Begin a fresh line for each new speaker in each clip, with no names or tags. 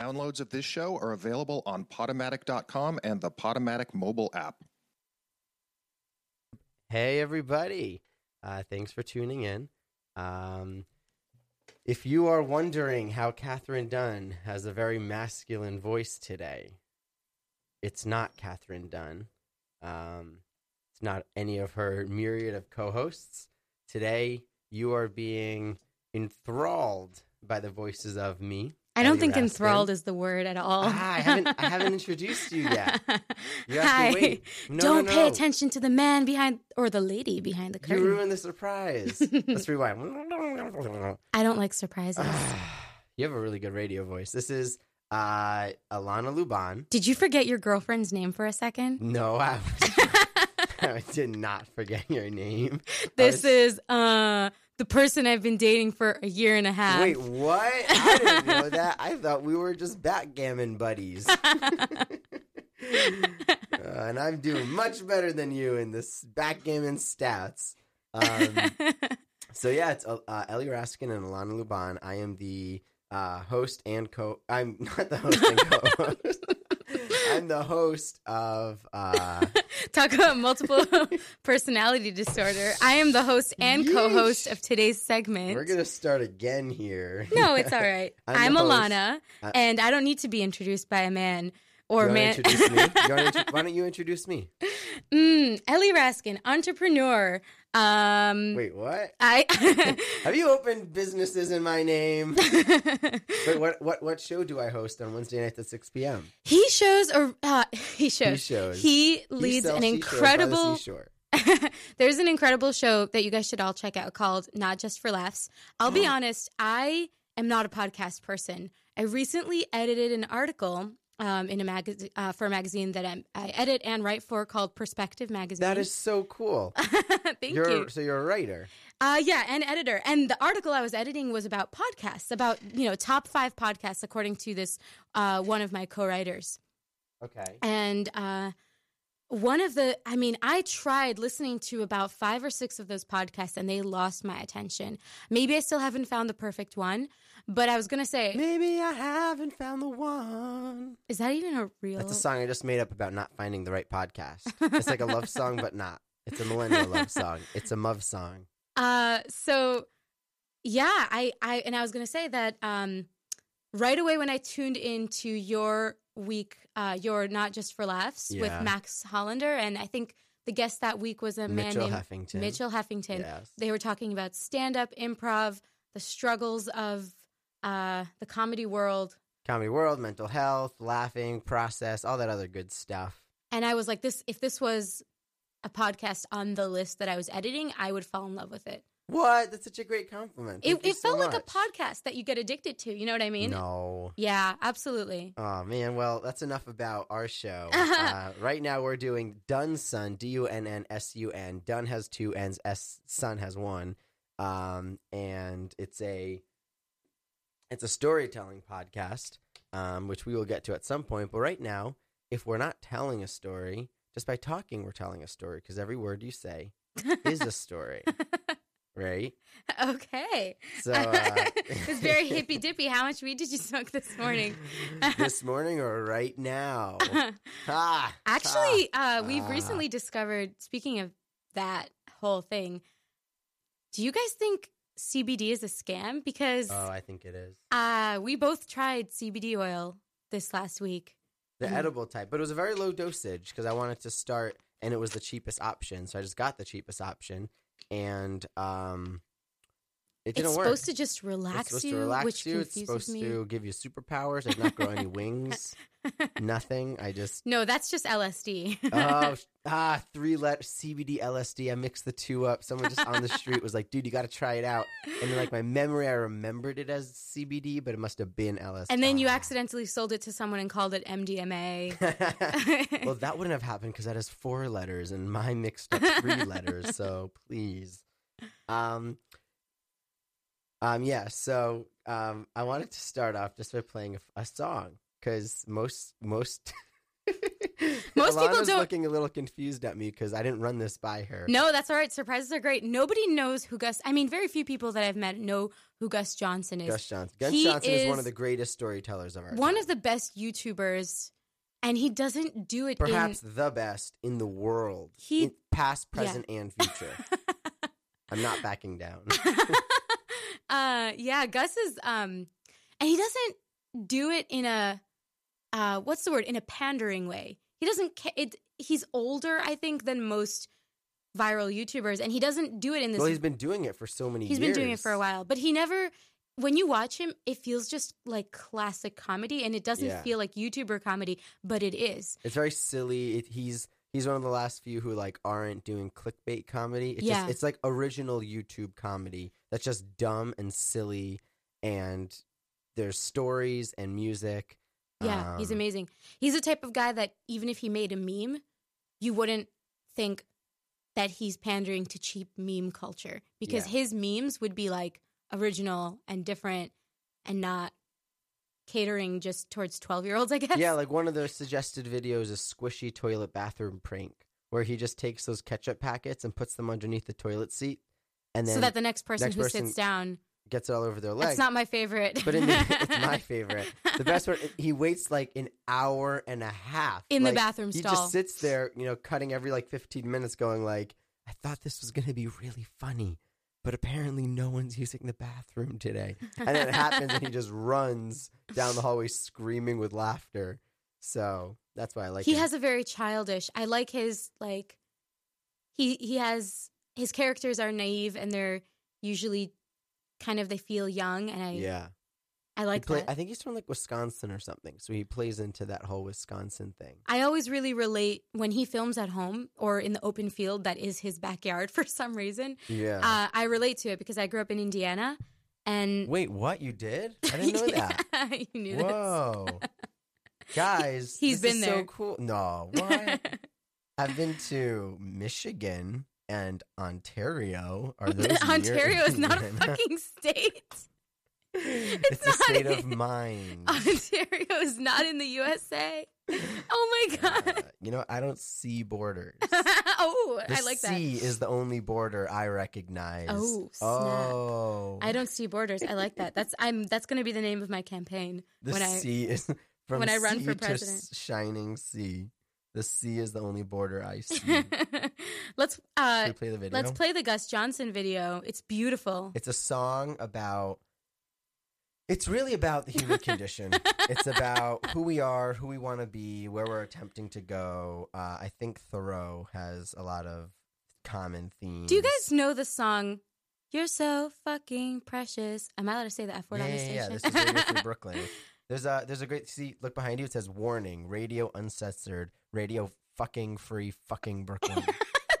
Downloads of this show are available on Potomatic.com and the Potomatic mobile app.
Hey, everybody. Uh, thanks for tuning in. Um, if you are wondering how Catherine Dunn has a very masculine voice today, it's not Catherine Dunn. Um, it's not any of her myriad of co hosts. Today, you are being enthralled by the voices of me.
I don't
Eddie
think
Raskin.
enthralled is the word at all.
Ah, I haven't, I haven't introduced you yet. You have
Hi.
to wait. No,
don't
no,
pay
no.
attention to the man behind or the lady behind the
You
curtain.
ruined the surprise. Let's rewind.
I don't like surprises.
you have a really good radio voice. This is uh, Alana Luban.
Did you forget your girlfriend's name for a second?
No, I, I did not forget your name. I
This
was-
is uh the person I've been dating for a year and a half.
Wait, what? I didn't know that. I thought we were just backgammon buddies. Uh, and I'm doing much better than you in this backgammon stats. Um, so yeah, it's uh, uh, Ellie Raskin and Alana Luban. I am the uh, host and co. I'm not the host and co-host. I'm the host of. Uh,
Talk about multiple personality disorder. I am the host and co-host
Yeesh.
of today's segment.
we're gonna start again here.
No, it's all right.
I'm
I'm,
the host.
Alana,
I-
and I don't need to be introduced by a man
You
or
wanna
man.
introduce me? You wanna intro- why don't you introduce me?
Mm, Ellie Raskin, entrepreneur. Um,
Wait, what?
I
Have you opened businesses in my name? Wait, what? What? What show do I host on Wednesday nights at six p.m.?
he shows a uh, he shows
He shows.
he
You
leads
sell
an
seashells by the
incredible.
seashore.
there's an incredible show that you guys should all check out called Not Just for Laughs. I'll be
Uh-huh.
honest, I am not a podcast person. I recently edited an article. Um, in a magazine uh, for a magazine that I'm, I edit and write for called Perspective Magazine.
That is so cool.
Uh, thank
you're,
you.
So you're a writer.
Uh, yeah, and editor. And the article I was editing was about podcasts, about you know top five podcasts according to this uh, one of my co-writers.
Okay.
And uh, one of the, I mean, I tried listening to about five or six of those podcasts, and they lost my attention. Maybe I still haven't found the perfect one, but I was gonna say,
Maybe I haven't found the one.
is that even a real?
That's a song I just made up about not finding the right podcast. It's like a love song, but not. It's a millennial love song. It's a muv song.
Uh, so yeah, I, I, and I was gonna say that, um, right away when I tuned into your week, uh, your not just for laughs
Yeah.
with Max Hollander, and I think the guest that week was a man
Mitchell
named
Huffington.
Mitchell Heffington.
Yes.
They were talking about stand up, improv, the struggles of uh, the comedy world.
Comedy World, mental health, laughing, process, all that other good stuff.
And I was like, this, if this was a podcast on the list that I was editing, I would fall in love with it.
What? That's such a great compliment.
It,
Thank you
it
so
felt like a
much.
podcast that you get addicted to. You know what I mean?
No.
Yeah, absolutely.
Oh man, well that's enough about our show. uh,
Uh-huh.
right now we're doing Dunsun, D U N N S U N. Dun has two N's, S Sun has one, um, and it's a it's a storytelling podcast, um, which we will get to at some point. But right now, if we're not telling a story, just by talking, we're telling a story because every word you say is a story, right?
okay.
So uh,
it's very hippy dippy. How much weed did you smoke this morning?
this morning or right now? Ah, ah.
Actually, uh, we've
Ah.
recently discovered, speaking of that whole thing, do you guys think CBD is a scam? Because
Oh, I think it is.
uh, we both tried CBD oil this last week.
The
Mm.
edible type, but it was a very low dosage because I wanted to start and it was the cheapest option. So I just got the cheapest option and um it didn't
it's
work.
supposed to just relax
it's supposed
you,
to relax
which
you. It's
confuses
supposed
me.
to give you superpowers. I did not grow any wings, nothing. I just
No, that's just LSD.
oh sh- ah three let CBD LSD. I mixed the two up. Someone just on the street was like, "Dude, you got to try it out." And then like my memory, I remembered it as CBD, but it must have been LSD.
and then you
Ah.
accidentally sold it to someone and called it MDMA.
well, that wouldn't have happened because that is four letters and my mixed up three letters. So please. Um, um, yeah. So um, I wanted to start off just by playing a, a song because most most
Most people
Alana's
don't-
looking a little confused at me because I didn't run this by her.
No, that's all right. Surprises are great. Nobody knows who Gus. I mean, very few people that I've met know who Gus Johnson is.
Gus Johnson. Gus
He
Johnson is, one
is
of the greatest storytellers of our
One
time.
of the best YouTubers, and he doesn't do it.
perhaps the best in the world.
He-
in past,
yeah.
present, and future. I'm not backing down.
In, uh, yeah, Gus is, um, and he doesn't do it in a, uh, what's the word? In a pandering way. He doesn't. Ca- it, he's older, I think, than most viral YouTubers, and he doesn't do it in this.
well, he's been doing it for so many
He's
years.
been doing it for a while, but he never. When you watch him, it feels just like classic comedy, and it doesn't
Yeah.
feel like YouTuber comedy, but it is.
It's very silly. It, he's he's one of the last few who like aren't doing clickbait comedy. It's
Yeah.
just, it's like original YouTube comedy that's just dumb and silly, and there's stories and music.
Yeah, he's
Um,
amazing. He's the type of guy that even if he made a meme, you wouldn't think that he's pandering to cheap meme culture because
Yeah.
his memes would be like original and different and not catering just towards 12 year olds, I guess.
Yeah, like one of the suggested videos is squishy toilet bathroom prank, where he just takes those ketchup packets and puts them underneath the toilet seat, and then
so that the next person
next
who
person-
sits down,
gets it all over their
that's
legs.
not my favorite.
but in the, it's my favorite. The best one, he waits like an hour and a half
In the
Like,
bathroom
He
stall.
just sits there, you know, cutting every like fifteen minutes, going like, "I thought this was going to be really funny, but apparently no one's using the bathroom today." And then it happens, and he just runs down the hallway screaming with laughter. So that's why I like.
he
him.
has a very childish i like his like he he has his characters are naive and they're usually kind of they feel young and i
yeah.
i
He
like
play-
that
I think he's from like Wisconsin or something, so he plays into that whole Wisconsin thing.
I always really relate when he films at home or in the open field that is his backyard for some reason.
Yeah.
Uh, I relate to it because I grew up in Indiana and
Wait, what you did? I didn't know that.
Um, Yeah, you knew
Whoa. Guys,
He's
this is
been
so
there.
cool. No,
this.
what? I've been to Michigan and Ontario. Are those near
Ontario is not a
Indiana?
fucking state.
It's, a
not Oh,
state of
in-
mind.
Ontario is not in the USA. Oh my
Uh,
god.
you know, I don't see borders.
oh,
The
I like that.
sea is the only border I recognize.
Oh, snap.
Oh.
I don't see borders. I like that. That's I'm that's going to be the name of my campaign.
The
when I-
sea is from
when I run
sea
for
to
president.
s- shining sea. The sea is the only border I see. Should
let's uh
we play the Hmm. video?
let's play the Gus Johnson video. It's beautiful.
It's a song about. It's really about the human condition. it's about who we are, who we want to be, where we're attempting to go. Uh, I think Thoreau has a lot of common themes.
Do you guys know the song You're so fucking precious? Am I allowed to say the F word
Yeah,
on the
yeah, yeah.
station?
This is Radio Free Brooklyn. There's a there's a great see. Look behind you. It says warning: radio uncensored, radio fucking free, fucking Brooklyn.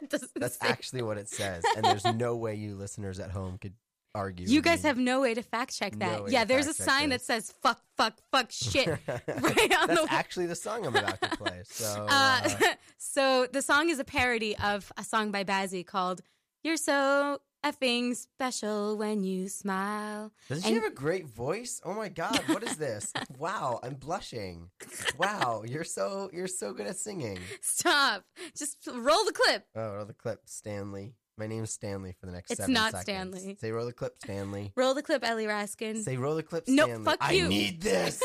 It doesn't
That's
say-
actually what it says, and there's no way you listeners at home could argue.
You
with
guys
me.
have no way to fact check
No
that.
way
yeah,
to
there's a
fact check
sign
this.
that says fuck fuck fuck shit right on
That's
the
actually the song I'm about to play. So
Uh,
uh,
so the song is a parody of a song by Bazzy called "You're So Effing Special When You Smile."
doesn't she
and-
have a great voice? Oh my god, what is this? wow, I'm blushing. Wow, you're so you're so good at singing.
Stop! Just roll the clip.
Oh, roll the clip, Stanley. My name's Stanley for the next
It's
seven
not
seconds.
Stanley.
Say roll the clip, Stanley.
Roll the clip, Ellie Raskin.
Say roll the clip,
Nope,
Stanley.
fuck
I
you.
need this.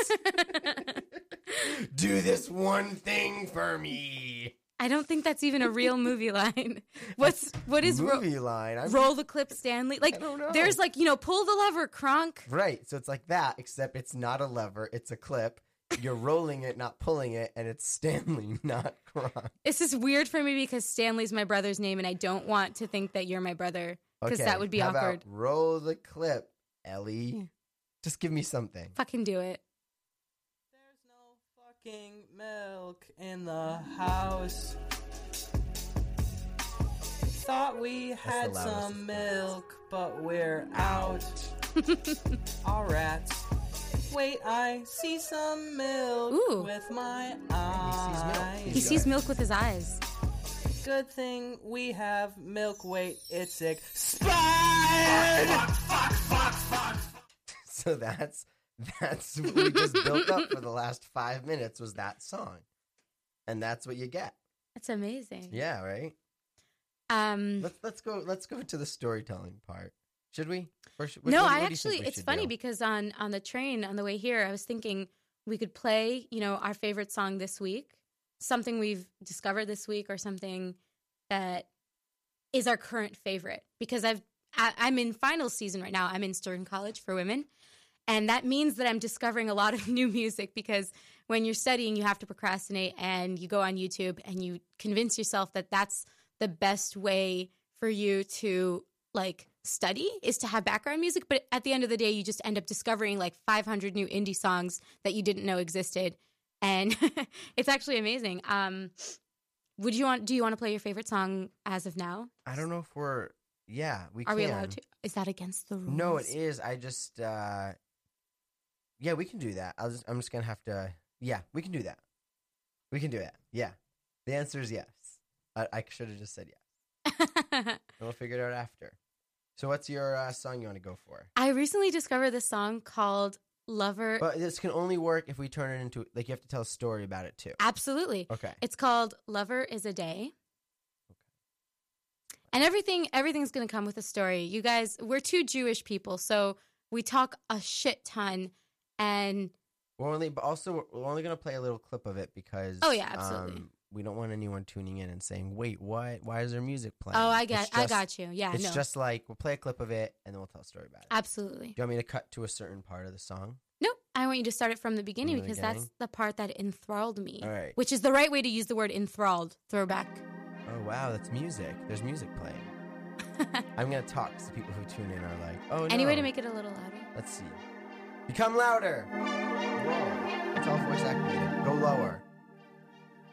Do this one thing for me.
I don't think that's even a real movie line. What's what is ro-
movie line? I'm,
roll the clip, Stanley?
I
Like
don't know.
there's like you know pull the lever, Kronk.
Right. So it's like that, except it's not a lever, it's a clip. You're rolling it, not pulling it, and it's Stanley, not Kronk.
This is weird for me because Stanley's my brother's name, and I don't want to think that you're my brother because that would be
how about
awkward.
roll the clip, Ellie. Just give me something.
Fucking do it.
There's no fucking milk in the house. Thought we had
loudest
some
it's been.
milk, but we're out. All rats. Wait, I see some milk
Ooh.
with my
milk.
eyes.
He sees milk with his eyes.
Good thing we have milk. Wait, it's expired.
So that's that's what we just built up for the last five minutes was that song. and that's what you get.
That's amazing.
Yeah, right.
Um,
Let's let's go let's go to the storytelling part. Should we? Or should,
no,
what- what do
I
you think
actually
we
it's
should
funny
do?
because on on the train on the way here, I was thinking we could play, you know, our favorite song this week, something we've discovered this week or something that is our current favorite because I've I, I'm in final season right now. I'm in Stern College for women. And that means that I'm discovering a lot of new music because when you're studying, you have to procrastinate and you go on YouTube and you convince yourself that that's the best way for you to like study is to have background music. But at the end of the day, you just end up discovering like 500 new indie songs that you didn't know existed. And it's actually amazing. Um, would you want, do you want to play your favorite song as of now?
I don't know if we're yeah, we
Are
can.
we allowed to? Is that against the rules?
No, it is. I just uh Yeah, we can do that. I'll just I'm just gonna have to Yeah, we can do that. We can do that. Yeah. The answer is yes. I, I should have just said yes. And we'll figure it out after. So what's your uh, song you want to go for?
I recently discovered this song called Lover.
But this can only work if we turn it into like you have to tell a story about it too.
Absolutely.
Okay.
It's called Lover is a Day. And everything everything's going to come with a story. You guys, we're two Jewish people, so we talk a shit ton and
We're only, but also we're only gonna play a little clip of it because. um,
Oh, yeah, absolutely.
we don't want anyone tuning in and saying, "Wait, what? Why is there music playing?"
Oh, I
It's
got I
just-
got you. Yeah,
It's
no.
just like we'll play a clip of it and then we'll tell a story about it.
Absolutely.
Do you want me to cut to a certain part of the song?
Nope. I want you to start it from the beginning
From the
because that's
beginning?
the part that enthralled me.
All right.
Which is the right way to use the word enthralled. Throwback.
Oh wow, that's music. There's music playing. I'm gonna talk so people who tune in are like, "Oh,
Any way to
no.
make it a little louder?
Let's see. Become louder. Whoa. It's all voice activated. Go lower.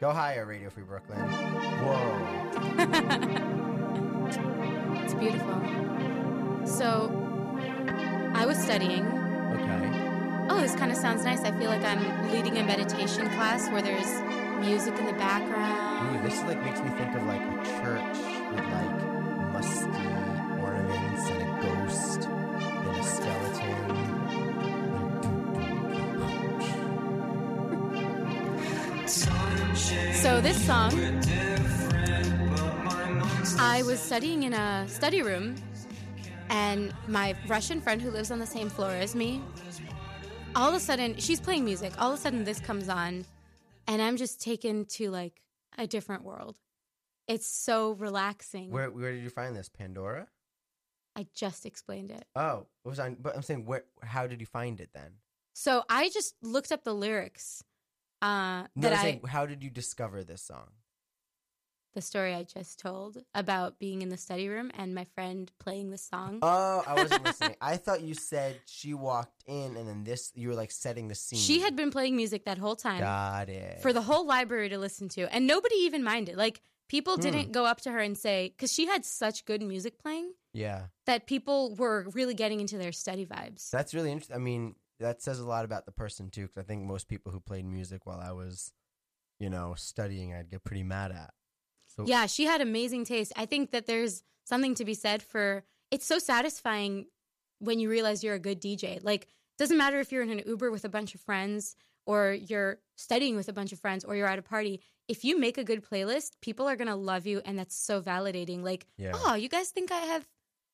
Go higher, Radio Free Brooklyn. Whoa.
It's beautiful. So I was studying
Okay.
Oh, this kind of sounds nice. I feel like I'm leading a meditation class where there's music in the
Ooh,
background.
this is like makes me think of like a church with like musty ornaments and a ghost and a skeleton.
So, this song, I was studying in a study room, and my Russian friend who lives on the same floor as me, all of a sudden, she's playing music. All of a sudden, this comes on, and I'm just taken to like a different world. It's so relaxing.
Where where did you find this? Pandora?
I just explained it.
Oh, it was on. But I'm saying, where? How did you find it then?
So, I just looked up the lyrics. Uh,
No,
that
I'm
I,
saying, how did you discover this song?
the story I just told about being in the study room and my friend playing the song.
Oh, I wasn't listening. I thought you said she walked in and then this, you were like setting the scene.
she had been playing music that whole time
Got it.
for the whole library to listen to, and nobody even minded. Like, people
Hmm.
didn't go up to her and say, because she had such good music playing
Yeah.
that people were really getting into their study vibes.
That's really interesting. I mean, that says a lot about the person too, because I think most people who played music while I was, you know, studying, I'd get pretty mad at. So,
yeah, she had amazing taste. I think that there's something to be said for it's so satisfying when you realize you're a good DJ. Like, doesn't matter if you're in an Uber with a bunch of friends or you're studying with a bunch of friends or you're at a party. If you make a good playlist, people are going to love you and that's so validating. Like,
Yeah.
oh, you guys think I have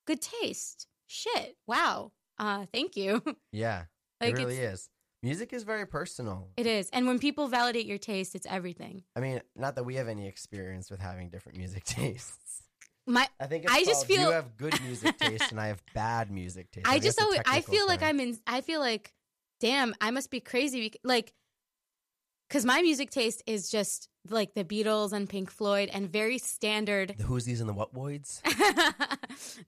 good taste. Shit. Wow. Uh, thank you.
Yeah.
like
it really
it's,
is. Music is very personal.
it is. And when people validate your taste, it's everything.
I mean, not that we have any experience with having different music tastes.
My
I think it's
I just
called, you
feel-
have good music taste and I have bad music taste.
I
think
just
that's a
always I
technical
feel like
term.
I'm in I feel like damn, I must be crazy bec- like cuz my music taste is just like the Beatles and Pink Floyd and very standard.
the who's these and the what voids.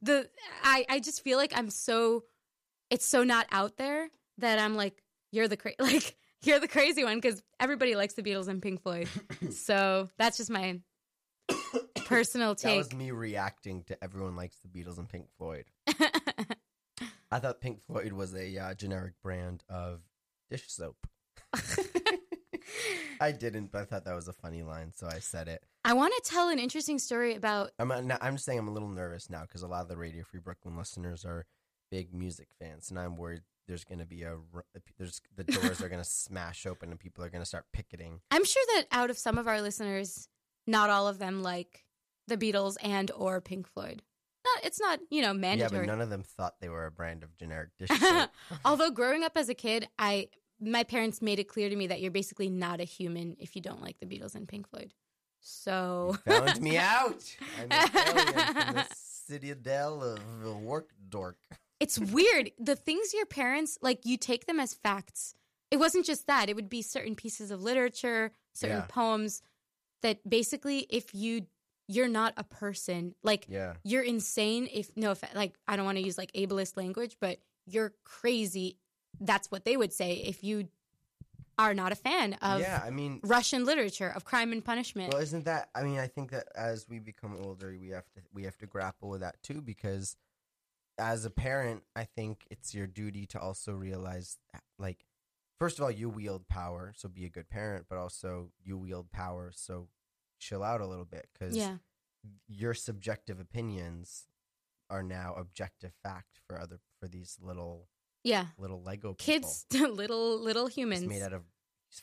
the I I just feel like I'm so it's so not out there that I'm like you're the cra- like you're the crazy one cuz everybody likes the Beatles and Pink Floyd. so that's just my personal
That
take.
was me reacting to everyone likes the Beatles and Pink Floyd. I thought Pink Floyd was a uh, generic brand of dish soap. I didn't, but I thought that was a funny line, so I said it.
I want to tell an interesting story about
I'm uh, no- I'm just saying I'm a little nervous now because a lot of the Radio Free Brooklyn listeners are big music fans, and I'm worried there's going to be a r- there's the doors are going to smash open and people are going to start picketing.
I'm sure that out of some of our listeners, not all of them like the Beatles and or Pink Floyd. Not, it's not you know
Yeah,
mandatory.
but none of them thought they were a brand of generic dish soap.
Although growing up as a kid, I my parents made it clear to me that you're basically not a human if you don't like the Beatles and Pink Floyd.
You
So
found me out. I'm an alien from the citadel of work dork.
it's weird. The things your parents like, you take them as facts. It wasn't just that; it would be certain pieces of literature, certain
Yeah.
poems that basically, if you you're not a person, like
Yeah.
you're insane. If no, if, like I don't want to use like ableist language, but you're crazy. That's what they would say if you are not a fan of
yeah, I mean,
Russian literature of crime and punishment.
well, isn't that? I mean, I think that as we become older, we have to we have to grapple with that too, because as a parent, I think it's your duty to also realize, that, like, first of all, you wield power, so be a good parent, but also you wield power, so chill out a little bit, because
yeah,
your subjective opinions are now objective fact for other for these little
yeah.
little Lego people.
Kids, little little
It's
humans,
made out of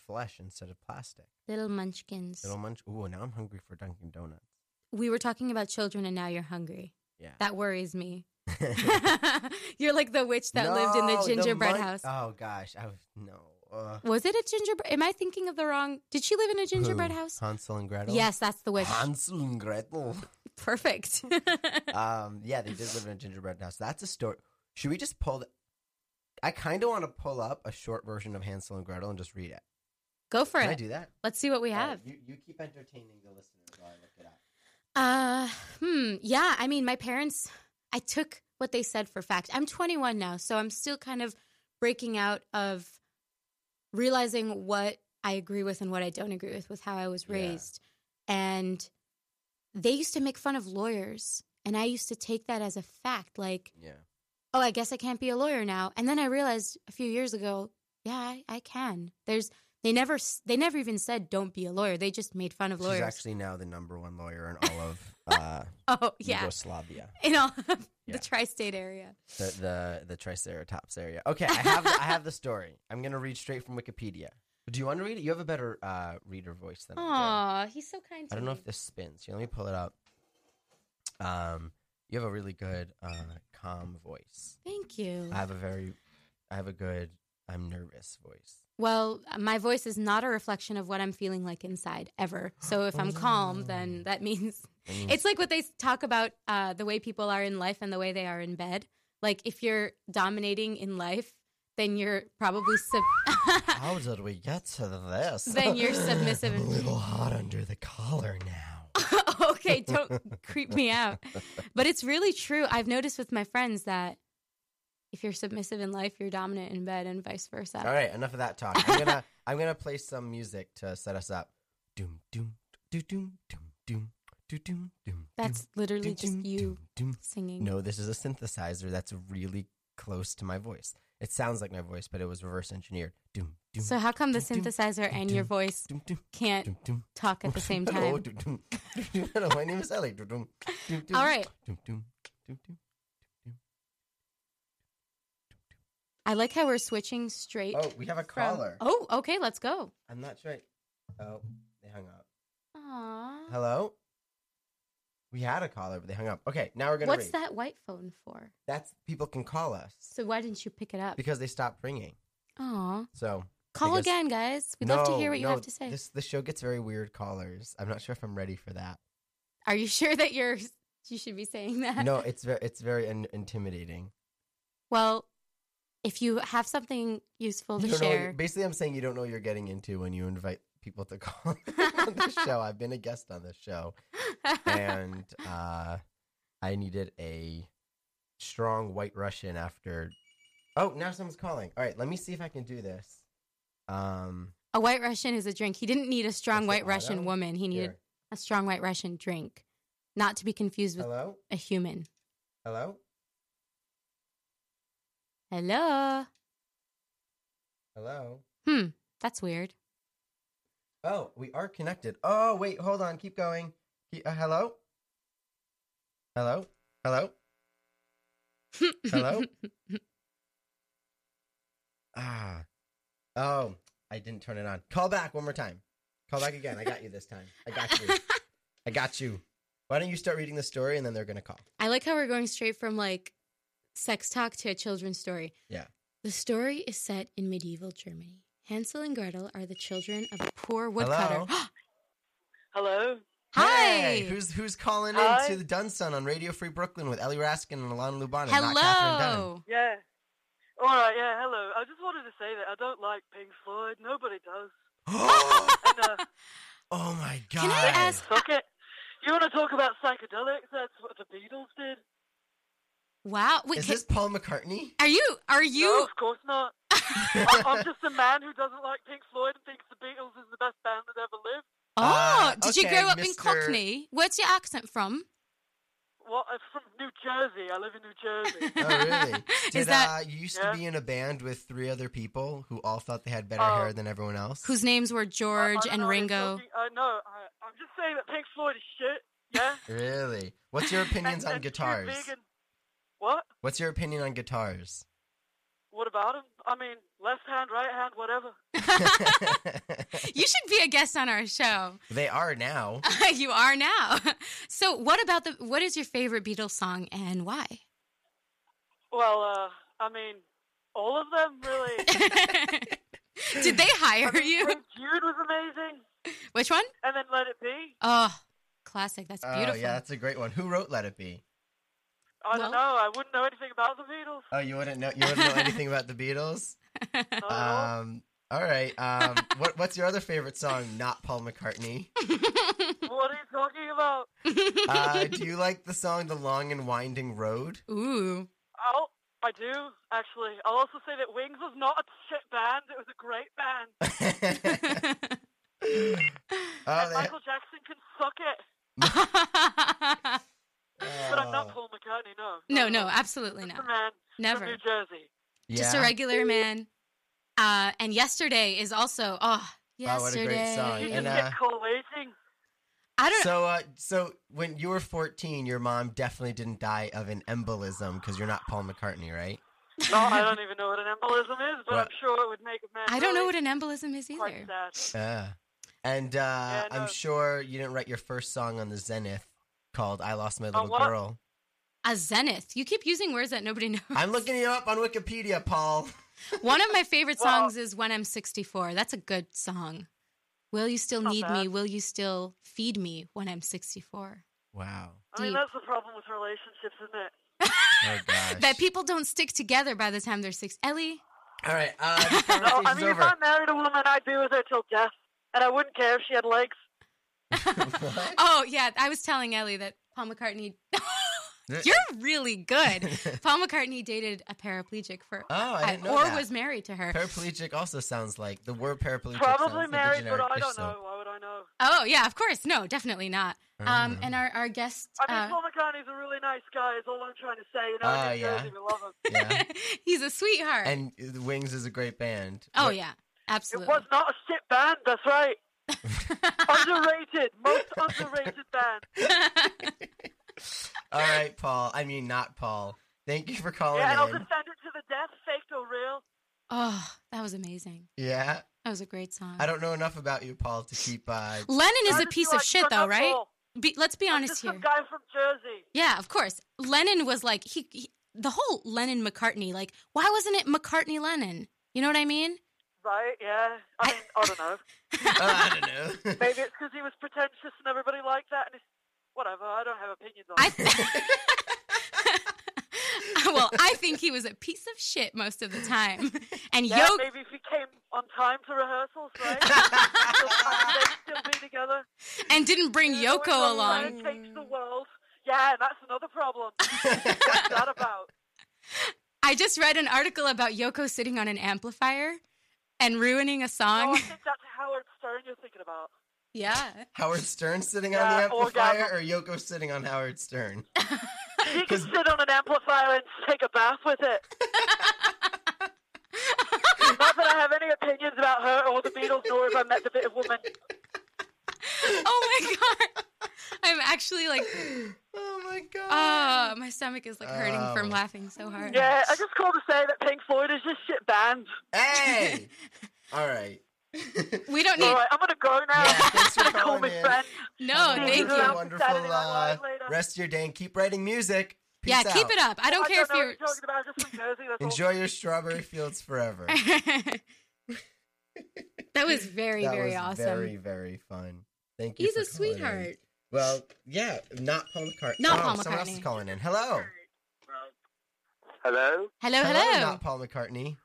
flesh instead of plastic.
little munchkins.
Little munch. Ooh, now I'm hungry for Dunkin' Donuts.
we were talking about children, and now you're hungry.
Yeah.
That worries me. you're like the witch that lived in
No,
the gingerbread
mun-
house.
Oh gosh, I was no. Uh,
Was it a gingerbread? Am I thinking of the wrong? Did she live in a gingerbread
who?
house?
Hansel and Gretel.
Yes, that's the witch.
Hansel and Gretel.
Perfect.
um, yeah, they did live in a gingerbread house. That's a story. Should we just pull? The- I kind of want to pull up a short version of Hansel and Gretel and just read it.
Go for
Can I
it.
do that?
Let's see what we
All right,
have.
you, you keep entertaining the listeners while I look it up.
Uh, hmm. Yeah, I mean, my parents, I took what they said for fact. I'm 21 now, so I'm still kind of breaking out of realizing what I agree with and what I don't agree with, with how I was
Yeah.
raised. And they used to make fun of lawyers. And I used to take that as a fact, like,
Yeah.
oh, I guess I can't be a lawyer now. And then I realized a few years ago, yeah, I, I can. There's, they never, s- they never even said don't be a lawyer. They just made fun of lawyers.
She's actually now the number one lawyer in all of uh,
oh, yeah.
Yugoslavia,
in all of
Yeah.
the tri-state area.
the, the the Triceratops area. Okay, I have the, I have the story. I'm gonna read straight from Wikipedia. Do you want to read it? You have a better uh, reader voice than I
Aw, he's so kind.
do. I don't know if this spins. Here, let me pull it up. Um, you have a really good uh, calm voice.
Thank you.
I have a very, I have a good. I'm nervous voice.
well, my voice is not a reflection of what I'm feeling like inside ever. So if I'm calm, then
Oh.
that means
I mean,
it's like what they talk about uh, the way people are in life and the way they are in bed. Like if you're dominating in life, then you're probably sub-
how did we get to this?
Then you're submissive
a
and-
little hot under the collar now.
okay, don't creep me out. But it's really true. I've noticed with my friends that if you're submissive in life, you're dominant in bed, and vice versa.
All right, enough of that talk. I'm gonna I'm gonna play some music to set us up. Doom doom doo doom doom doom doo doom doom.
That's
doom, doo,
literally just
doom,
you
doom, doom.
singing.
No, this is a synthesizer that's really close to my voice. It sounds like my voice, but it was reverse engineered. Doom doom.
So how come the
doom, doom,
synthesizer and your voice
doom doom
can't
doom doom.
talk at the same
Hello,
time?
doom, doom, doom, doom. Hello, my name is Ellie. Doom, doom, doom, doom,
All right.
Doom doom doom doom.
I like how we're switching straight.
Oh, we have a
from-
caller.
Oh, okay, let's go.
I'm not sure. I- Oh, they hung up.
Aww.
Hello? We had a caller, but they hung up. Okay, now we're going to
What's
read.
that white phone for?
That's people can call us
So why didn't you pick it up?
because they stopped ringing.
Aw.
So
Call
guess-
again, guys. We'd love to
No,
hear what you
no,
have to say.
This the show gets very weird callers. I'm not sure if I'm ready for that.
Are you sure that you're you should be saying that?
No, it's very it's very in- intimidating.
Well, if you have something useful to
You don't know what you-
share.
basically, I'm saying you don't know what you're getting into when you invite people to call on this show. I've been a guest on this show, and uh, I needed a strong White Russian after. Oh, now someone's calling. All right, let me see if I can do this. Um,
a white Russian is a drink. He didn't need a strong
That's Oh,
white
the
Russian
motto?
woman. He needed
here.
a strong white Russian drink. Not to be confused with
Hello,
a human.
hello,
Hello.
hello.
Hmm. That's weird.
Oh, we are connected. Oh, wait, hold on. Keep going. Ke- uh, hello? Hello? Hello? Hello? Ah. Oh, I didn't turn it on. Call back one more time. Call back again. I got you this time. I got you. I got you. Why don't you start reading the story and then they're going to call?
I like how we're going straight from like sex talk to a children's story.
Yeah.
The story is set in medieval Germany. Hansel and Gretel are the children of a poor
Hello?
woodcutter.
Hello.
Hi.
Hey, who's who's calling
Hi.
in to the Dunsun on Radio Free Brooklyn with Ellie Raskin and Alana Lubana? Not Catherine Dunn.
Hello.
Yeah. All right. Yeah. Hello. I just wanted to say that I don't like Pink Floyd. Nobody does. And, uh,
oh my god.
Can I ask-
fuck it. You want to talk about psychedelics? That's what the Beatles did.
Wow. Wait,
Is
can-
this Paul McCartney?
are you are
No,
you
of course not. I- I'm just a man who doesn't like Pink Floyd and thinks the Beatles is the best band that ever lived.
Oh,
Uh,
did you
okay,
grow up in
Mr.
Cockney? Where's your accent from?
What? I'm from New Jersey. I live in New Jersey.
Oh really? Did,
Is that
uh, you used
Yeah.
to be in a band with three other people who all thought they had better
Oh.
hair than everyone else?
whose names were
I- I
George
don't
and
know what you're
Ringo?
talking- I know. I, I'm just saying that Pink Floyd is shit. Yeah.
Really? What's your opinions
And-
on
and Stu
guitars?
Vegan. What?
What's your opinion on guitars?
What about him? I mean, left hand, right hand, whatever.
You should be a guest on our show.
they are now.
you are now. So, what about the? What is your favorite Beatles song and why?
Well, uh, I mean, all of them really.
Did they hire you?
Red Jude was amazing,
Which one?
and then Let It Be.
Oh, classic. That's beautiful.
Oh, yeah, that's a great one. Who wrote Let It Be?
Well-
I don't know. I wouldn't know anything about the Beatles.
Oh, you wouldn't know you wouldn't know anything about the Beatles?
Not at all.
Um all right. Um what what's your other favorite song not Paul McCartney?
what are you talking about?
Uh do you like the song The Long and Winding Road?
Ooh.
Oh, I do actually. I'll also say that Wings was not a shit band. It was a great band.
oh,
and
they-
Michael Jackson can suck it. But I'm not
oh.
Paul McCartney. No.
no, no, absolutely
Just a
not.
man from
Never.
New Jersey.
Just a
Yeah?
regular man. Uh, and yesterday is also oh
Wow, what a
yesterday.
great song.
You
And,
just
uh,
get caught waiting.
I don't.
So, uh, so when you were 14, your mom definitely didn't die of an embolism because you're not Paul McCartney, right?
No, I don't even know what an embolism is, but
What?
I'm sure it would make a man.
I don't know
really
what an embolism is either.
quite sad.
Yeah. And uh,
Yeah, no.
I'm sure you didn't write your first song on the Zenith called "I Lost My Little
what?
Girl."
A zenith. You keep using words that nobody knows.
I'm looking you up on Wikipedia, Paul.
One of my favorite
Well-
songs is When I'm 64. That's a good song. Will you still
Not
need me?
bad.
Will you still feed me when I'm 64?
Wow.
I mean,
Deep.
that's the problem with relationships, isn't it?
Oh gosh.
That people don't stick together by the time they're six. Ellie,
All right. Uh, this
No,
conversation's
I mean,
over.
if I married a woman, I'd be with her till death, and I wouldn't care if she had legs.
What?
Oh yeah, I was telling Ellie that Paul McCartney. You're really good. Paul McCartney dated a paraplegic for,
Oh, I didn't know
or
that.
was married to her.
Paraplegic also sounds like the word paraplegic. sounds
Probably
like a
married, but
generic
I
fish
don't
soap.
know. Why would I know?
oh yeah, of course. No, definitely not. Um,
Oh.
and our our guest,
I mean,
uh,
Paul McCartney's a really nice guy. Is all I'm trying to say. You know,
Ah,
in New
yeah.
Jersey, we love him.
Yeah.
he's a sweetheart.
And uh, Wings is a great band.
oh
What-
yeah,
It
absolutely.
was not a shit band. That's right. underrated, most underrated band.
All right, Paul. I mean, not Paul. Thank you for calling
Yeah, and I'll
in.
defend it to the death, faked or real.
oh, that was amazing.
Yeah,
That was a great song.
I don't know enough about you, Paul, to keep. Uh,
Lennon is
How
a
did
piece
you
of
like
shit,
Shut
though,
Up,
right?
Paul?
Be, let's be
I'm
honest
just
here.
Some guy from Jersey.
Yeah, of course. Lennon was like he, he the whole Lennon McCartney. Like, why wasn't it McCartney Lennon? You know what I mean?
Right, yeah. I mean, I don't know.
I don't know.
Maybe it's because he was pretentious and everybody liked that. And it's, whatever, I don't have opinions on
I
it.
well, I think he was a piece of shit most of the time. And
Yeah,
yo,
maybe if he came on time to rehearsals, right? Still- they'd still be together.
and didn't bring
You know,
Yoko
everyone's trying
along.
to Change the world. Yeah, and that's another problem. What's that about?
I just read an article about Yoko sitting on an amplifier and ruining a
Oh,
song.
I think that's Howard Stern you're thinking about.
yeah.
Howard Stern sitting on
Yeah,
the
or
amplifier,
Gabba.
or Yoko sitting on Howard Stern?
You can
'Cause-
sit on an amplifier and take a bath with it. Not that I have any opinions about her or the Beatles, nor have I met the bit of woman.
Oh my god. I'm actually like,
oh my god.
oh, my stomach is like hurting from
Oh.
laughing so hard.
Yeah, I just called to say that Pink Floyd is just shit band.
Hey. All right.
We don't
All
need.
right, I'm gonna go now.
Yeah, thanks for
I'm gonna call
calling
my
in.
friend.
No,
Thank
Oh, thank
you.
you.
Have a
Wonderful
Saturday Night
uh,
Live later.
rest of your day and keep writing music. Peace
Yeah,
out.
keep it up. I don't care if
know what
you're.
you're talking about. I'm just from Jersey. That's
Enjoy your strawberry fields forever.
that was very,
that
very
was
awesome.
very, very fun. Thank you.
He's
for
a
calling in.
sweetheart.
Well, yeah, not Paul McCartney.
Not
oh,
Paul
Someone else is
McCartney.
calling in. Hello.
Hello?
Hello, hello.
Not Paul McCartney.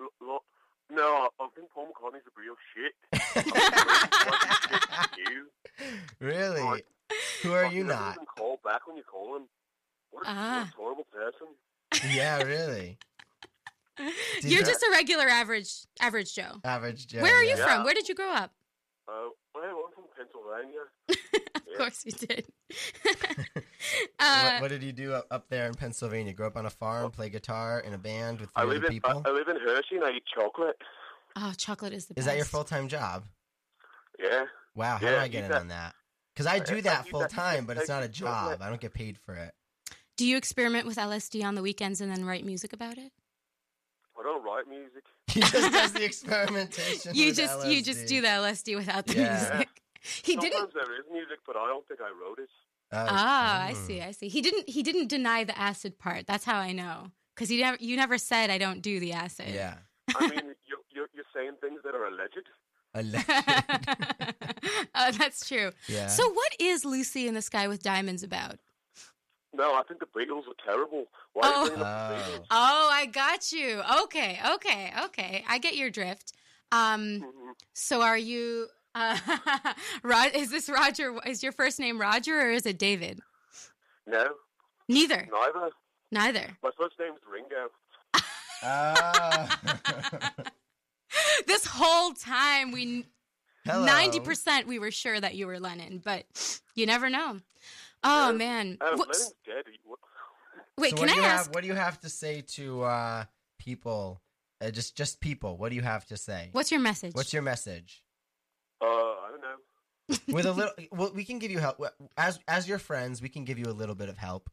L- lo- no, I, I think Paul McCartney's a real shit. you.
really?
What?
Who are
Fuck, he
you
doesn't
not?
Even call back when you call him. What a,
Ah.
what a horrible person.
yeah, really. Did
You're
you-
just a regular average, average Joe.
Average Joe.
Where are you
yeah.
yeah.
from? Where did you grow up?
Uh, well, I'm from Pennsylvania.
Of course we did.
what,
uh,
what did you do up, up there in Pennsylvania? Grow up on a farm, play guitar in a band with three
I
other
live in I,
people?
I live in Hershey and I eat chocolate.
oh, chocolate is the
Is
best.
that your full time job?
Yeah.
Wow, how do
Yeah,
I
you
get in
got-
on that? Because I do
Yeah,
that
you
full
got-
time, but it's
you
not a
got
job.
chocolate.
I don't get paid for it.
Do you experiment with LSD on the weekends and then write music about it?
I don't write music.
He just does the experimentation.
You
with
just you just
LSD.
do the LSD without the
Yeah.
music. He
Sometimes
didn't.
there is music, but I don't think I wrote it.
Oh,
Ah, I
mm.
see. I see. He didn't. He didn't deny the acid part. That's how I know. Because you never. You never said I don't do the acid.
Yeah.
I mean, you're, you're, you're saying things that are alleged.
A legend.
oh, that's true.
yeah.
So, what is Lucy in the Sky with Diamonds about?
No, I think the Beatles are terrible. Why
Oh.
are you bringing up the
Oh.
Beatles?
Oh, I got you. Okay, okay, okay. I get your drift. Um,
Mhm.
so, are you? Uh, Rod, is this Roger? Is your first name Roger or is it David?
No,
Neither.
neither.
Neither.
My first name's Ringo.
Ah.
This whole time we
Hello.
ninety percent we were sure that you were Lennon, but you never know. Oh
Yeah.
man.
Oh,
Whoops.
Lennon's dead. He- what-
Wait,
So
can
what
I
do you
ask?
Have, what do you have to say to uh, people? Uh, just just people. What do you have to say?
What's your message?
What's your message?
Uh, I don't know.
With a little, well, we can give you help. As as your friends, we can give you a little bit of help.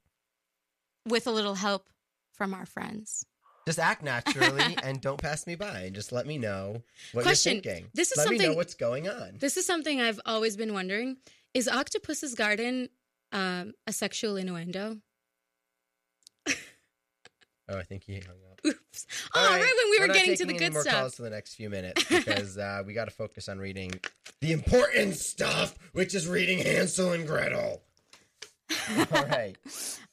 With a little help from our friends.
Just act naturally and don't pass me by, and just let me know what
Question.
you're thinking.
This is
let me know
something-
what's going on.
This is something I've always been wondering. Is Octopus's Garden um, a sexual innuendo?
Oh, I think he hung up.
Oops. Oh, right, when we were,
not
getting to
taking
the
any
good
more
stuff.
Calls for the next few minutes because uh, we got to focus on reading the important stuff, which is reading Hansel and Gretel. All right.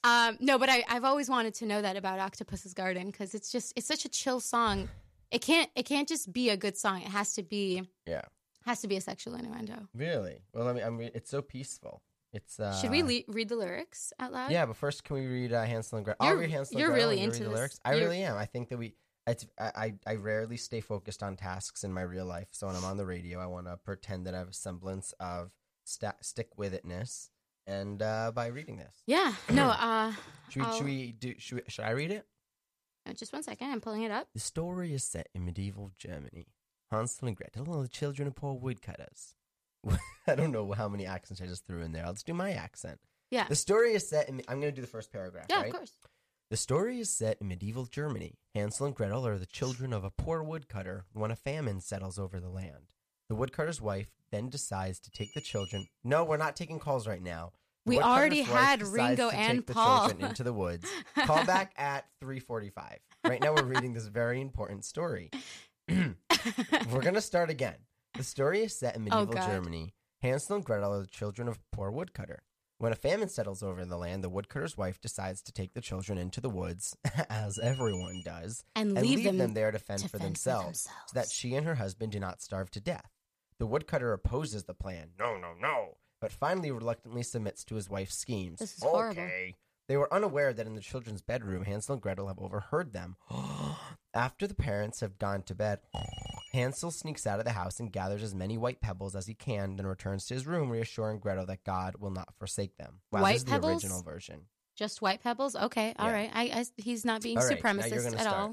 Um, no, but I, I've always wanted to know that about Octopus's Garden because it's just it's such a chill song. It can't it can't just be a good song. It has to be
Yeah.
has to be a sexual innuendo.
Really? Well, I mean, I'm re- it's so peaceful. It's uh,
Should we le- read the lyrics out loud?
Yeah, but first, can we read uh, Hansel and Gretel? I'll
You're-
read Hansel.
you're
and Gretel
really
and you read
into
the
this.
lyrics. I
You're-
really am. I think that we. It's, I, I I rarely stay focused on tasks in my real life. So when I'm on the radio, I want to pretend that I have a semblance of sta stick with itness. And uh, by reading this,
Yeah. No. Uh,
should we,
I'll-
should we do? Should, we, should I read it?
uh, just one second. I'm pulling it up.
The story is set in medieval Germany. Hansel and Gretel are the children of poor woodcutters. I don't know how many accents I just threw in there. I'll just do my accent.
Yeah.
The story is set in. I'm going to do the first paragraph.
yeah.
right?
Of course.
The story is set in medieval Germany. Hansel and Gretel are the children of a poor woodcutter when a famine settles over the land. The woodcutter's wife then decides to take the children. No, we're not taking calls right now. The
We
woodcutter's
already
wife
had
decides
Ringo
to
and
take the
Paul.
children into the woods. Call back at 3:45. Right now we're reading this very important story. We're going to start again. The story is set in
Oh,
medieval
God.
Germany. Hansel and Gretel are the children of a poor woodcutter. When a famine settles over the land, the woodcutter's wife decides to take the children into the woods, as everyone does,
And
and
leave
leave
them
them, there to fend
to
for
fend for
themselves, so that
themselves.
she and her husband do not starve to death. The woodcutter opposes the plan. No, no, no. But finally reluctantly submits to his wife's schemes.
This is horrible.
Okay. They were unaware that in the children's bedroom, Hansel and Gretel have overheard them. After the parents have gone to bed, Hansel sneaks out of the house and gathers as many white pebbles as he can, then returns to his room, reassuring Gretel that God will not forsake them. Wow,
White
this is
pebbles?
the original version.
Just white pebbles. Okay. all
Yeah.
right. I, I he's not being
All right, now you're
supremacist
gonna
at
start,
all.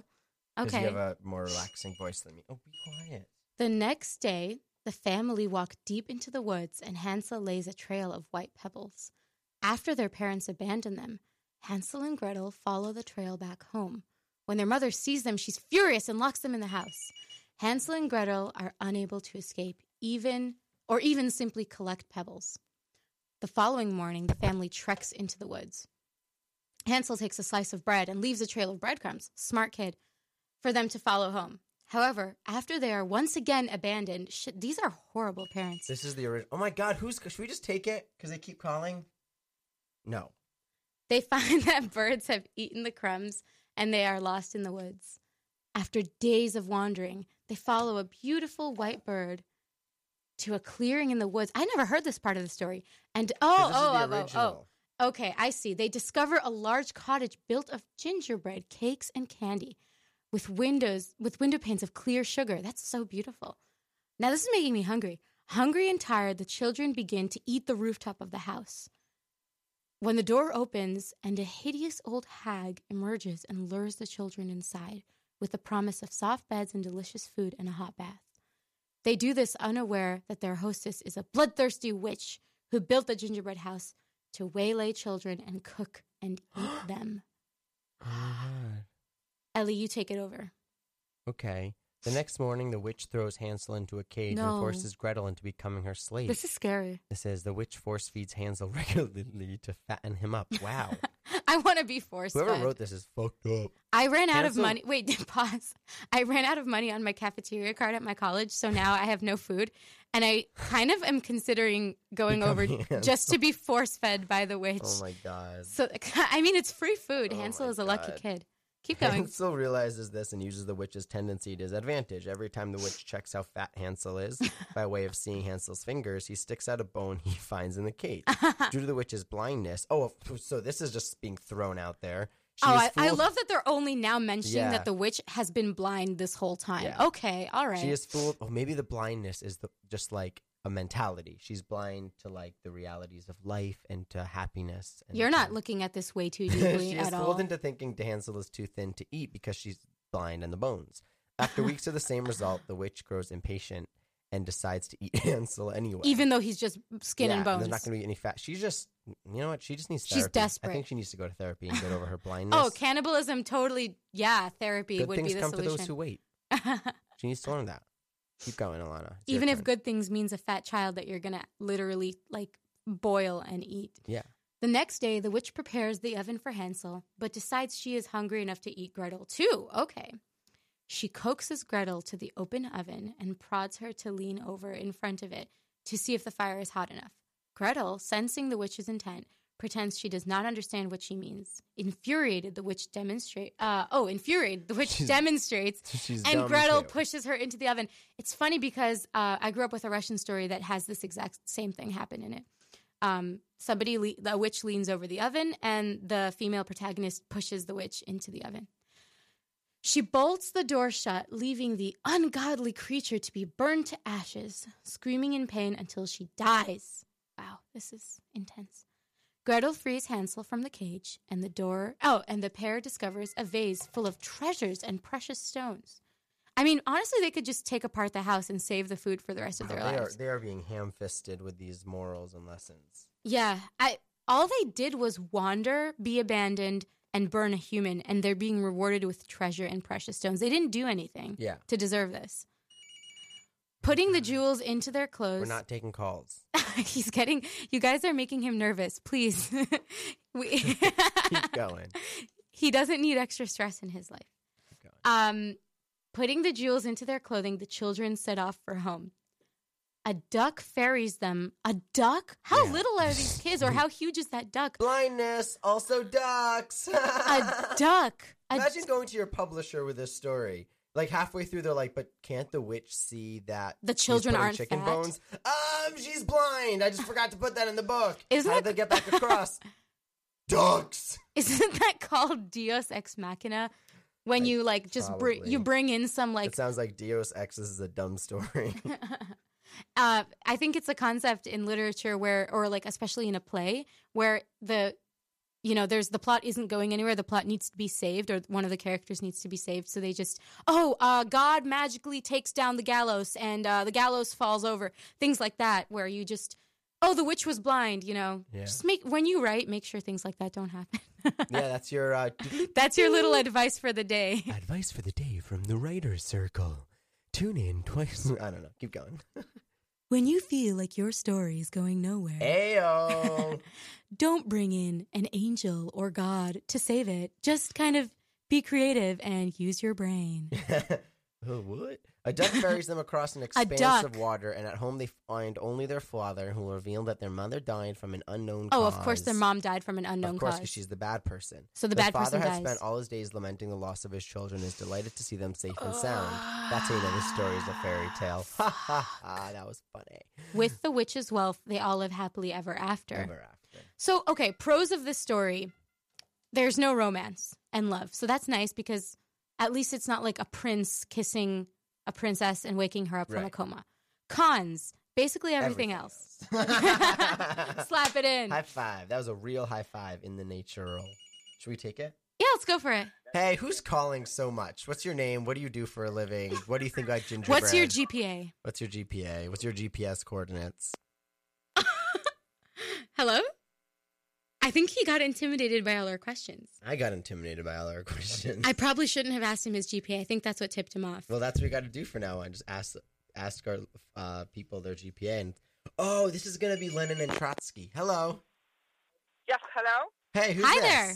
'Cause
Okay.
You have a more relaxing voice than me. Oh, be quiet.
The next day, The family walk deep into the woods, and Hansel lays a trail of white pebbles. After their parents abandon them, Hansel and Gretel follow the trail back home. When their mother sees them, she's furious and locks them in the house. Hansel and Gretel are unable to escape, even or even simply collect pebbles. The following morning, the family treks into the woods. Hansel takes a slice of bread and leaves a trail of breadcrumbs, smart kid, for them to follow home. However, after they are once again abandoned, sh- these are horrible parents.
This is the original. Oh my god, who's should we just take it? Because they keep calling. No.
They find that birds have eaten the crumbs and they are lost in the woods. After days of wandering, they follow a beautiful white bird to a clearing in the woods. I never heard this part of the story. And oh,
'Cause this is
oh,
the
oh, oh, oh.
original.
Okay, I see. They discover a large cottage built of gingerbread, cakes, and candy, with windows with window panes of clear sugar. That's so beautiful. Now this is making me hungry. Hungry and tired, the children begin to eat the rooftop of the house. When the door opens and a hideous old hag emerges and lures the children inside with the promise of soft beds and delicious food and a hot bath. They do this unaware that their hostess is a bloodthirsty witch who built the gingerbread house to waylay children and cook and eat them.
Oh my god.
Ellie, you take it over.
Okay. The next morning, the witch throws Hansel into a cage and
No.
forces Gretel into becoming her slave.
This is scary.
It says the witch force feeds Hansel regularly to fatten him up. Wow.
I want to be forced.
Whoever
fed.
wrote this is fucked up.
I ran out
Hansel-
of money. Wait, pause. I ran out of money on my cafeteria card at my college, so now I have no food, and I kind of am considering going over
Becoming Hansel.
just to be force fed by the witch.
Oh my god.
so I mean, it's free food.
Oh
Hansel
my
is a lucky
God.
kid. Keep going.
Hansel realizes this and uses the witch's tendency to his advantage. Every time the witch checks how fat Hansel is, by way of seeing Hansel's fingers, he sticks out a bone he finds in the cage. Due to the witch's blindness, oh, so this is just being thrown out there. She
oh,
is
I, I
fooled-
love that they're only now mentioning
Yeah.
that the witch has been blind this whole time.
Yeah.
Okay, all right.
She is fooled. Oh, maybe the blindness is the, just like a mentality. She's blind to like the realities of life and to happiness. And
You're not
to-
looking at this way too
she
deeply
is
at
fooled
all.
into thinking Hansel is too thin to eat because she's blind in the bones. After weeks of the same result, the witch grows impatient and decides to eat Hansel anyway.
Even though he's just skin
Yeah,
and bones.
There's not going to be any fat. She's just, you know what? She just needs
She's
therapy. I think
desperate.
she needs to go to therapy and get over her blindness.
oh, cannibalism totally. Yeah, therapy
good
would
things
be the
come
solution.
to those who wait. She needs to learn that. Keep going, Alana. It's your
Even if
turn.
good things means a fat child that you're going to literally like boil and eat.
Yeah.
The next day, the witch prepares the oven for Hansel, but decides she is hungry enough to eat Gretel too. Okay. She coaxes Gretel to the open oven and prods her to lean over in front of it to see if the fire is hot enough. Gretel, sensing the witch's intent, pretends she does not understand what she means. Infuriated, the witch demonstrate. Uh, oh, infuriated, the witch
She's-
demonstrates
She's
and
dumb
Gretel
too.
pushes her into the oven. It's funny because uh, I grew up with a Russian story that has this exact same thing happen in it. Um, somebody, le- the witch leans over the oven, and the female protagonist pushes the witch into the oven. She bolts the door shut, leaving the ungodly creature to be burned to ashes, screaming in pain until she dies. Wow, this is intense. Gretel frees Hansel from the cage, and the door. Oh, and the pair discovers a vase full of treasures and precious stones. I mean, honestly, they could just take apart the house and save the food for the rest of
Wow,
their
they
lives.
Are, they are being ham fisted with these morals and lessons.
Yeah, I all they did was wander, be abandoned, and burn a human, and they're being rewarded with treasure and precious stones. They didn't do anything
Yeah.
to deserve this. Putting the jewels into their clothes.
We're not taking calls.
he's getting. You guys are making him nervous. Please, we,
Keep going.
he doesn't need extra stress in his life.
Keep going.
Um, putting the jewels into their clothing, the children set off for home. A duck ferries them. A duck? How
Yeah.
little are these kids, or how huge is that duck?
Blindness, also ducks.
A duck. A
Imagine going to your publisher with this story. Like halfway through, they're like, "But can't the witch see that
The
she's
children
putting
aren't
chicken
fat?"
bones? Um, she's blind. I just forgot to put that in the book.
Isn't
How did
that-
they get back across? ducks.
Isn't that called Dios ex machina? When
Like,
you like just bring
probably.
you bring in some
it
like
sounds like Dios X is a dumb story.
uh, I think it's a concept in literature where or like especially in a play where the you know, there's the plot isn't going anywhere. The plot needs to be saved, or one of the characters needs to be saved. So they just, oh, uh, God magically takes down the gallows, and uh, the gallows falls over. Things like that, where you just, oh, the witch was blind. You know,
Yeah.
just make when you write, make sure things like that don't happen.
yeah, that's your uh, d-
That's your little advice for the day.
advice for the day from the writer's circle. Tune in twice. I don't know. Keep going.
When you feel like your story is going nowhere,
Ayo.
don't bring in an angel or God to save it. Just kind of be creative and use your brain.
oh, what? A duck ferries them across an expanse
duck.
of water, and at home they find only their father, who will reveal that their mother died from an unknown
Oh,
cause.
of course, their mom died from an unknown
Of course,
cause.
because she's the bad person.
So the
Their
bad
father
person
has
dies.
spent all his days lamenting the loss of his children. and Is delighted to see them safe and sound. That's how you know this story is a fairy tale. Ha ha ha! That was funny.
With the witch's wealth, they all live happily ever after.
Ever after.
So, okay, pros of this story there's no romance and love. So that's nice because at least it's not like a prince kissing a princess and waking her up from a
Right.
coma. Cons, basically everything, else. Slap it in.
high five. That was a real high five in the natural. Should we take it?
Yeah, let's go for it.
Hey, who's calling so much? What's your name? What do you do for a living? What do you think about gingerbread?
What's your GPA?
What's your GPA? What's your GPS coordinates?
Hello? I think he got intimidated by all our questions.
I got intimidated by all our questions.
I probably shouldn't have asked him his GPA. I think that's what tipped him off.
Well, that's what we got to do for now on. Just ask ask our uh, people their GPA. And oh, this is gonna be Lenin and Trotsky. Hello.
Yes, hello?
Hey, who's
Hi
this?
there.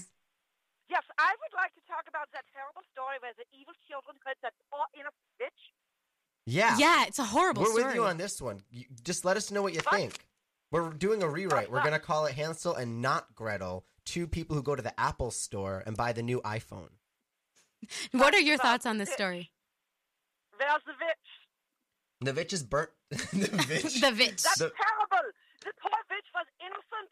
Yes, I would like to talk about that terrible story where the evil children hurt that poor innocent bitch.
Yeah.
yeah, it's a horrible
We're
story.
with you on this one. You, just let us know what you
Fuck.
think. We're doing a rewrite. We're
fuck.
gonna call it Hansel and not Gretel. Two people who go to the Apple store and buy the new iPhone.
what are your thoughts on this story?
Where's the witch?
The bitch is burnt. the bitch.
the bitch.
That's
The-
terrible. The poor bitch was innocent.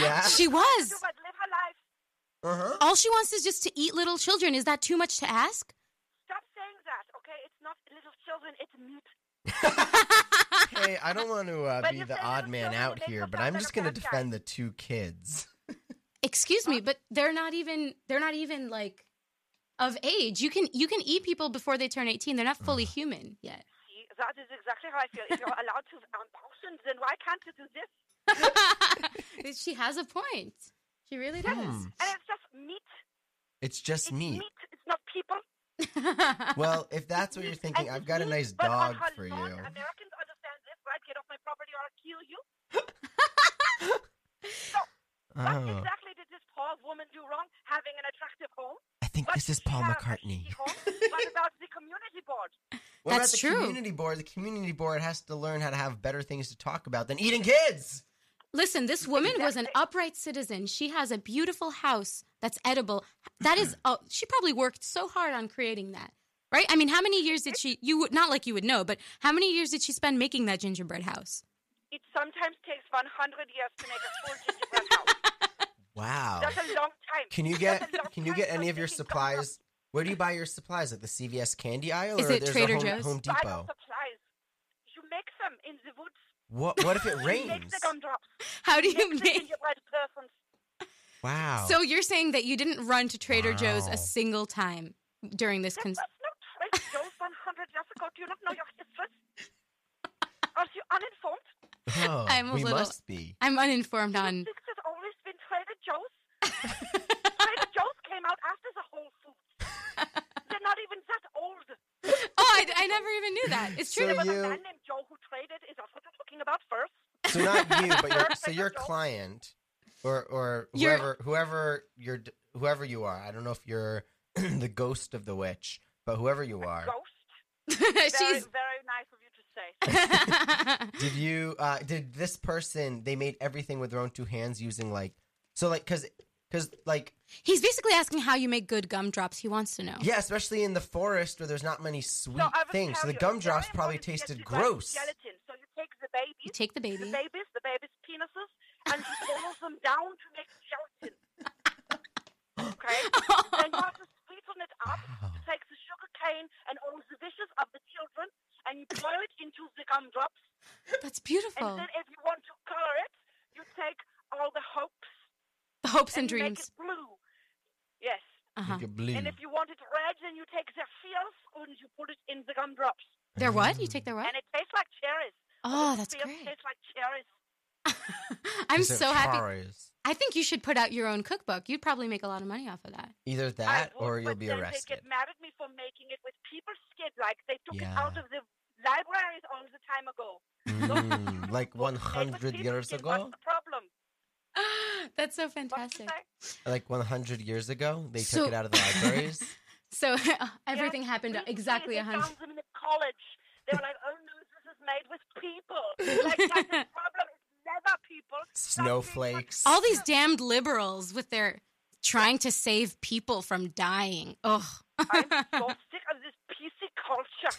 yeah.
She was.
You might live her life.
Uh huh.
All she wants is just to eat little children. Is that too much to ask?
Stop saying that, okay? It's not little children, it's meat.
Hey, I don't want to uh,
But
be
you
the
said
odd
those
man
children
out
make
here,
up
but
that
I'm
they're
just gonna
bad guys.
defend the two kids.
Excuse
Uh.
me, but they're not even they're not even like of age. You can you can eat people before they turn 18. They're not fully human yet.
See, that is exactly how I feel. If you're allowed to abortion, then why can't you do this?
she has a point. She really
Hmm.
does.
And it's just meat.
It's just
It's
me.
meat. It's not people.
Well, if that's what you're thinking,
And
I've got a
meat,
nice
but on
dog
her
for you.
lawn, Americans understand this, right? Get off my property or I'll kill you. What
Oh,
exactly did this poor woman do wrong, having an attractive home?
I think
What
this is
did she
Paul
have?
McCartney.
A shitty home? what about the community board?
What about
That's
the
true.
community board? The community board has to learn how to have better things to talk about than eating kids.
Listen, this woman was an
Exactly.
upright citizen. She has a beautiful house that's edible. That is oh, she probably worked so hard on creating that. Right? I mean, how many years did she you would not like you would know, but how many years did she spend making that gingerbread house?
It sometimes takes 100 years to make a full gingerbread house.
Wow.
That's a long time.
Oh. Can you
That's
get
a long
can you
time
get
for
any of your
making chocolate.
supplies? Where do you buy your supplies? Like the CVS candy aisle,
Is
or
it
there's
Trader
a Home,
Joe's?
Home
Buy no
Depot?
supplies. You make them in the woods.
What what if it
You make
rains?
the gumdrops.
How do you
Make the
make
gingerbread persons.
Wow.
So you're saying that you didn't run to Trader Joe's
Wow.
a single time during this
There
cons-
was no Trader Joe's 100 years ago. Do you not know your history? Are you uninformed?
Oh,
I'm a
we
little-
must be.
I'm uninformed on
This has always been Trader Joe's. Trader Joe's came out after the Whole Foods. They're not even that old.
Oh, I, I never even knew that. It's
So
true.
There was
you-
a man named Joe who traded. Is that what you're talking about first?
So not you, but your, so
Perfect
your
adult.
client, or or
Your-
whoever whoever you're d- whoever you are. I don't know if you're the ghost of the witch, but whoever you are,
Ghost. Very,
She's
very nice of you to say.
did you uh, did this person? They made everything with their own two hands using like so like because because like
He's basically asking how you make good gumdrops. He wants to know.
yeah, especially in the forest where there's not many sweet
So I will
things. So
tell
the
you, it's
gumdrops
very
probably
important to
tasted
get the right
gross.
Gelatin. So you take the babies,
You take the
the
baby.
babies, the babies' penises, and you boil them down to make gelatin. Okay? and you have to sweeten it up.
Wow.
You take the sugar cane and all the wishes of the children, and you boil it into the gumdrops.
That's
And
beautiful.
then if you want to color it, you take all the hopes
The hopes and
you
dreams.
Make it blue. Yes.
Uh-huh.
Make it blue.
And if you want it red, then you take the fierce and you put it in the gumdrops.
They're what? You take their what?
And it tastes like cherries.
Oh,
The
that's
fierce
great.
tastes like cherries.
I'm
Is it
so happy.
Ferraris?
I think you should put out your own cookbook. You'd probably make a lot of money off of that.
Either
I
that
would,
or you'll
but
be
then They
arrested.
get mad at me for making it with people's skin. Like they took it out
Yeah.
of the libraries all the time ago.
Mm, like
Well, made
100
with people's
years
skin,
ago?
What's the problem?
That's so
What's
fantastic.
the say?
Like 100 years ago, they
So-
took it out of the libraries.
So everything
Yes,
happened
we
exactly
did it
100.
down in the college. They were like, oh no, this is made with people. Like that's the problem. It's never people. That's being
Snowflakes.
All these damned liberals with their trying to save people from dying. Ugh.
I'm so sick of this PC culture.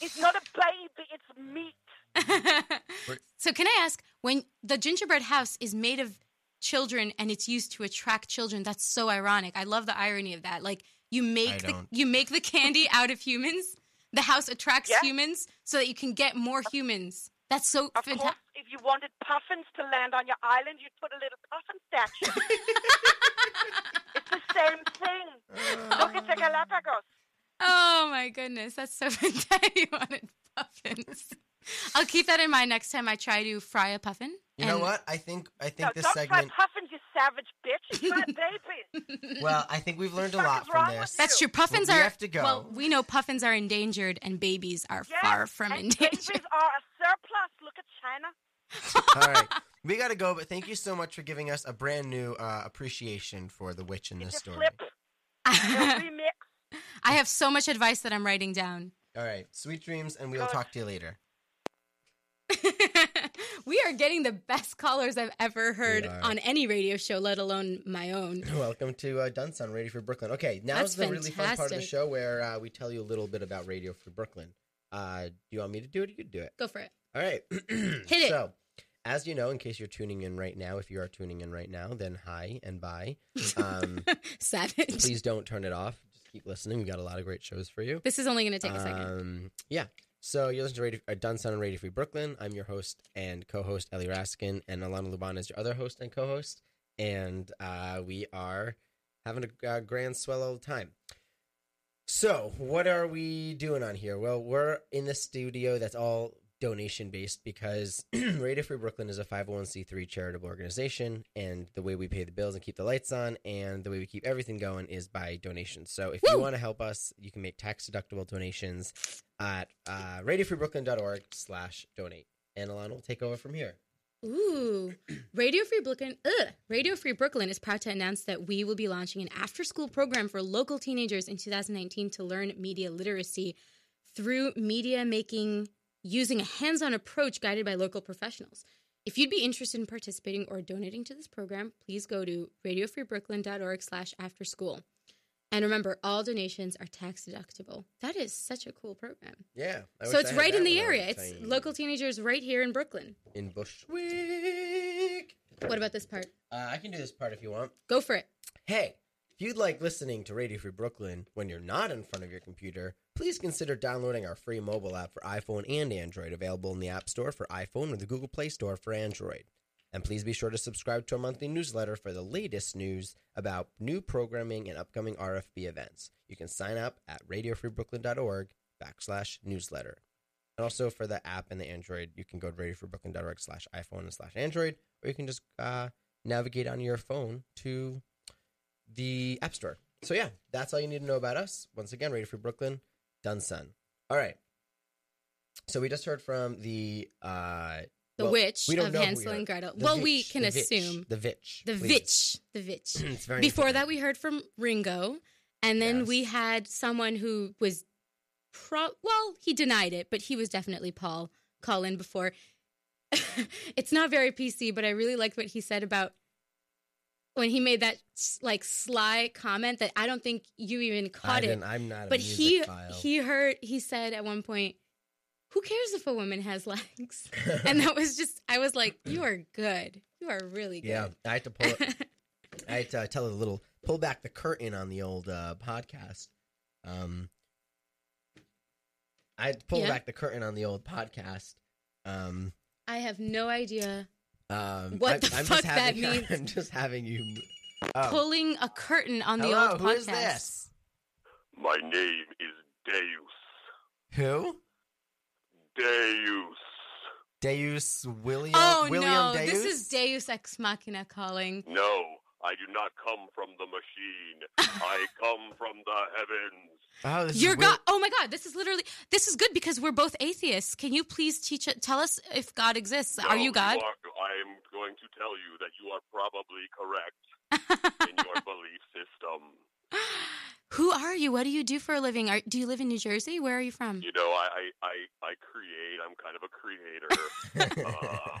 it's not a baby, it's meat.
so can I ask when the gingerbread house is made of children and it's used to attract children that's so ironic. I love the irony of that. Like you make the
don't.
you make the candy out of humans. The house attracts
Yeah.
humans so that you can get more humans. That's so
Of
fantastic.
course, if you wanted puffins to land on your island, you'd put a little puffin statue. it's the same thing. Look at the Galapagos.
Oh my goodness, that's so fantastic. you wanted puffins. I'll keep that in mind next time I try to fry a puffin.
you know
And-
what? I think I think
No,
this
don't
segment.
try puffins, you savage bitch. Try babies.
Well, I think we've learned a
fuck
lot
is
from
wrong with
this.
That's true. Puffins
We
are
have to go.
well. We know puffins are endangered, and babies are
Yes,
far from
and
endangered.
Babies are a surplus. Look at China.
All right. We got to go, but thank you so much for giving us a brand new uh, appreciation for the witch in this
It's a
story.
flip. A
I
remix.
have so much advice that I'm writing down.
All right. Sweet dreams, and we'll
Good.
talk to you later.
we are getting the best callers I've ever heard
We are.
on any radio show, let alone my own.
Welcome to uh, Dunsun Radio for Brooklyn. Okay, now's
That's
the really fun part of the
fantastic.
show where uh, we tell you a little bit about Radio for Brooklyn. Uh, do you want me to do it or you do it?
Go for it.
All right. Hit
it.
So, as you know, in case you're tuning in right now, if you are tuning in right now, then hi and bye. Um,
Savage.
please don't turn it off. Just keep listening. We've got a lot of great shows for you.
This is only going to take a second.
Um, yeah. So you're listening to Radio, uh, Done Sound on Radio Free Brooklyn. I'm your host and co-host Ellie Raskin, and Alana Luban is your other host and co-host, and uh, we are having a uh, grand swell old time. So what are we doing on here? Well, we're in the studio that's all donation based because Radio Free Brooklyn is a 501c3 charitable organization, and the way we pay the bills and keep the lights on, and the way we keep everything going is by donations. So if you
Woo!
want to help us, you can make tax deductible donations at uh, radiofreebrooklyn.org slash donate. And Alana will take over from here.
Ooh, Radio Free Brooklyn. Ugh. Radio Free Brooklyn is proud to announce that we will be launching an after-school program for local teenagers in 2019 to learn media literacy through media making using a hands-on approach guided by local professionals. If you'd be interested in participating or donating to this program, please go to radiofreebrooklyn.org slash after school. And remember, all donations are tax deductible. That is such a cool program.
Yeah. I
So
wish
it's
I had
right
that
in the
when I was
area. It's
tiny.
local teenagers right here in Brooklyn.
In Bushwick.
What about this part?
Uh, I can do this part if you want.
Go for it.
Hey, if you'd like listening to Radio Free Brooklyn when you're not in front of your computer, please consider downloading our free mobile app for iPhone and Android, available in the App Store for iPhone or the Google Play Store for Android. And please be sure to subscribe to our monthly newsletter for the latest news about new programming and upcoming RFB events. You can sign up at radiofreebrooklyn.org backslash newsletter. And also for the app and the Android, you can go to radiofreebrooklyn.org slash iPhone and slash Android, or you can just uh, navigate on your phone to the App Store. So yeah, that's all you need to know about us. Once again, Radio Free Brooklyn, Dunsun. All right. So we just heard from the uh
The
well,
witch
we don't
of
know who
Hansel
we
and
are.
Gretel.
The
well, we
witch,
can
the witch,
assume
the witch.
the
please.
witch. The witch.
It's very
Before
important.
that, we heard from Ringo, and then
Yes.
we had someone who was pro. Well, he denied it, but he was definitely Paul. Call in before. it's not very PC, but I really liked what he said about when he made that s- like sly comment that I don't think you even
I
caught it
didn't- I'm not.
but
a music
he
file.
he heard he said at one point who cares if a woman has legs and that was just i was like you are good you are really good
yeah. I had to pull. I had to uh, tell a little pull back the curtain on the old uh, podcast. Um, I had to pull
Yeah.
back the curtain on the old podcast. Um,
i have no idea
Um,
What the
I'm
fuck
just having,
that means?
I'm just having you. Oh.
Pulling a curtain on the
Hello,
old podcast.
who is this?
My name is Deus.
Who?
Deus.
Deus William.
Oh
William
no,
Deus?
this is Deus Ex Machina calling.
No, I do not come from the machine. I come from the heavens.
Oh, this
Your
is Will-
God! Oh my God! This is literally this is good because we're both atheists. Can you please teach? Tell us if God exists.
No,
are you God?
are- I am going to tell you that you are probably correct in your belief system.
Who are you? What do you do for a living? Are, do you live in New Jersey? Where are you from?
You know, I, I, I, I create. I'm kind of a creator. uh,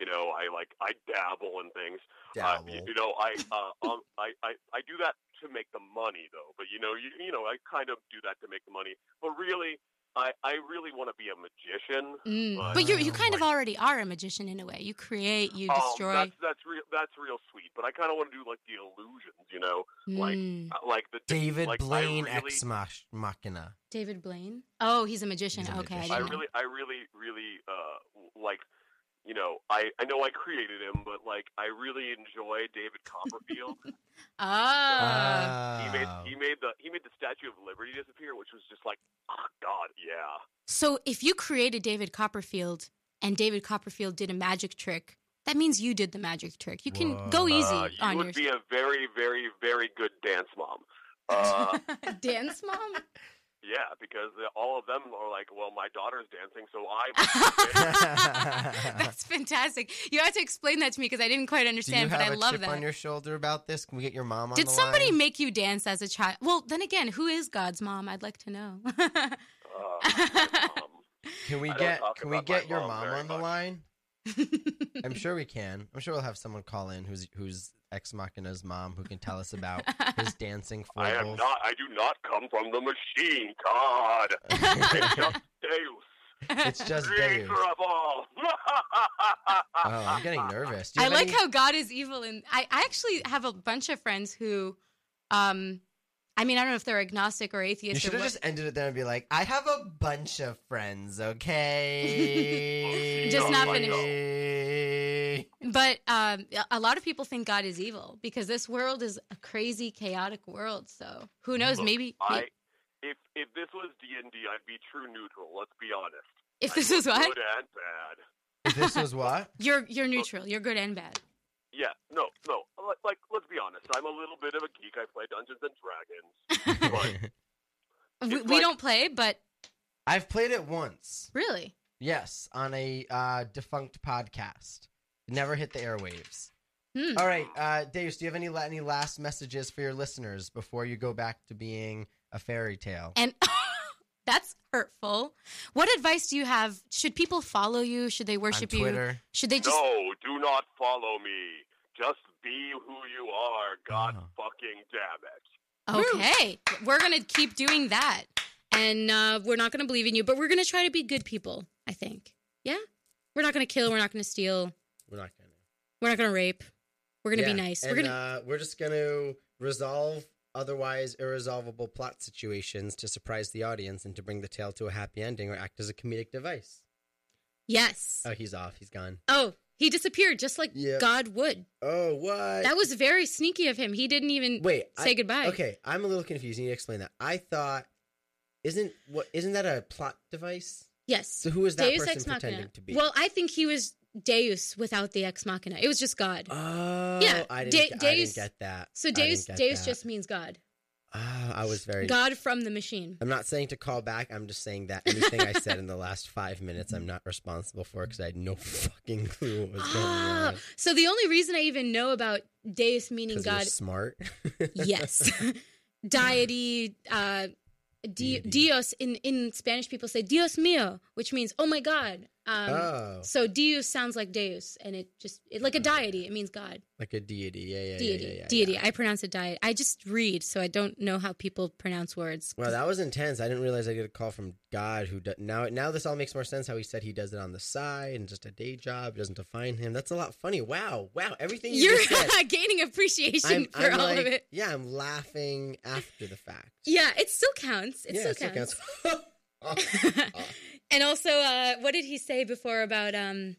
you know, I like I dabble in things. Uh,
Dabble.
you, you know, I, uh, um, I, I, I do that to make the money, though. But you know, you, you know, I kind of do that to make the money. But really, I, I really want to be a magician.
Mm.
Uh,
But you you kind of
like-
already are a magician in a way. You create, you
Um,
destroy.
that's that's real. That's real sweet. But I kind of want to do like the illusions. You know, like
Mm.
uh, like the
David
like, I
Blaine
really-
ex mach- machina.
David Blaine. Oh, he's a magician.
He's a
okay,
magician.
I
I
didn't know.
really, I really, really uh, w- like. You know, I, I know I created him, but like I really enjoy David Copperfield.
Ah.
he made
Oh.
he made the he made the Statue of Liberty disappear, which was just like, oh God, yeah.
so if you created David Copperfield and David Copperfield did a magic trick, that means you did the magic trick. You can
Whoa.
go easy
Uh, you
on
would
your
be a very, very, very good dance mom. Uh,
dance, mom.
yeah, because uh, all of them are like, well, my daughter's dancing, so I.
That's fantastic. You have to explain that to me because I didn't quite
Do you have
understand, but I
a
love
chip
that.
on your shoulder about this? Can we get your mom on
Did
the
somebody
line?
make you dance as a child? Well, then again, who is God's mom? I'd like to know.
Uh, my mom.
Can we
I don't
get
talk
Can we
about my
get your
mom
mom
very
on the
much.
line? I'm sure we can. I'm sure we'll have someone call in who's who's ex machina's mom who can tell us about his dancing
I
foibles.
am not. I do not come from the machine, God. it's just Deus,
it's just Deus.
creator of all.
Oh, I'm getting nervous. Do you
I
have
like
any-
how God is evil, and I, I actually have a bunch of friends who, um, I mean, I don't know if they're agnostic or
you
atheist.
should
or
have
what.
just ended it there and be like, "I have a bunch of friends, okay."
Just
Oh
not
finished.
But um, a lot of people think God is evil because this world is a crazy, chaotic world. So who knows?
Look,
maybe
I,
may-
if if this was D and D, I'd be true neutral. Let's be honest.
if
I'd
this
be
is what
good and bad.
This was what?
you're, you're neutral. You're good and bad.
Yeah, no, no. Like, like, let's be honest. I'm a little bit of a geek. I play Dungeons and Dragons. But-
We,
It's
we
like-
don't play, but
I've played it once.
really,
Yes, on a uh, defunct podcast. It Never hit the airwaves.
Hmm.
All right, uh, Deus, do you have any la- any last messages for your listeners before you go back to being a fairy tale?
and that's hurtful. What advice do you have? Should people follow you? Should they
on
worship you?
Twitter.
Should they just?
No, do not follow me. Just be who you are. God
Oh.
fucking damn it.
Okay. We're going to keep doing that. And uh, we're not going to believe in you, but we're going to try to be good people, I think. Yeah? We're not going to kill. We're not going to steal.
We're not gonna.
We're not going to rape. We're going to be nice. we're going to.
uh, we're just gonna resolve otherwise irresolvable plot situations to surprise the audience and to bring the tale to a happy ending or act as a comedic device.
yes.
Oh, he's off. He's gone.
oh, he disappeared just like
Yep.
God would.
Oh, what?
That was very sneaky of him. He didn't even
Wait.
say
I-
goodbye.
Okay, I'm a little confused. You need to explain that. I thought, isn't what isn't that a plot device?
Yes.
So who is that
Deus
person
ex machina.
pretending to be?
Well, I think he was Deus without the ex machina. It was just God.
oh,
yeah,
I didn't,
De-
I didn't
Deus-
get that.
so
I didn't
Deus,
get
Deus
that.
just means God.
Ah, I was very.
God from the machine.
I'm not saying to call back. I'm just saying that anything I said in the last five minutes, I'm not responsible for because I had no fucking clue what was going
Ah,
on.
so the only reason I even know about Deus meaning
'Cause you're
God,
smart.
yes, deity, uh, di-
Deity.
Dios. In in Spanish, people say Dios mío, which means oh my God. Um,
oh,
So Deus sounds like Deus, and it just it, like a deity. It means God,
like a deity. Yeah, yeah, yeah,
deity,
yeah, yeah,
deity.
yeah.
I pronounce it diet. I just read, so I don't know how people pronounce words.
Wow, that was intense. I didn't realize I get a call from God who do- now now this all makes more sense how he said he does it on the side and just a day job doesn't define him. That's a lot funny. Wow, wow, everything you
You're
just said.
gaining appreciation
I'm,
for
I'm
all
like,
of it.
yeah, I'm laughing after the fact.
Yeah, it still counts. It
yeah,
still
it still
counts.
counts.
and also, uh, what did he say before about? Um,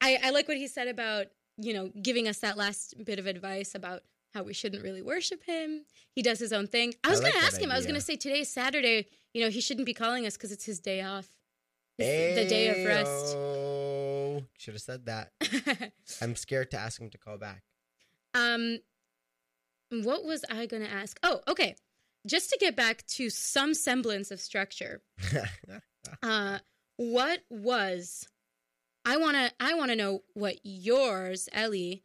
I, I like what he said about you know, giving us that last bit of advice about how we shouldn't really worship him. He does his own thing. I was
I like
going to
that
ask him. I was
idea.
going to say today is Saturday. You know, he shouldn't be calling us because it's his day off. It's The day of rest.
Ayo. Should have said that. I'm scared to ask him to call back.
um, what was I going to ask? Oh, okay. Just to get back to some semblance of structure. uh what was i want to i want to know what yours ellie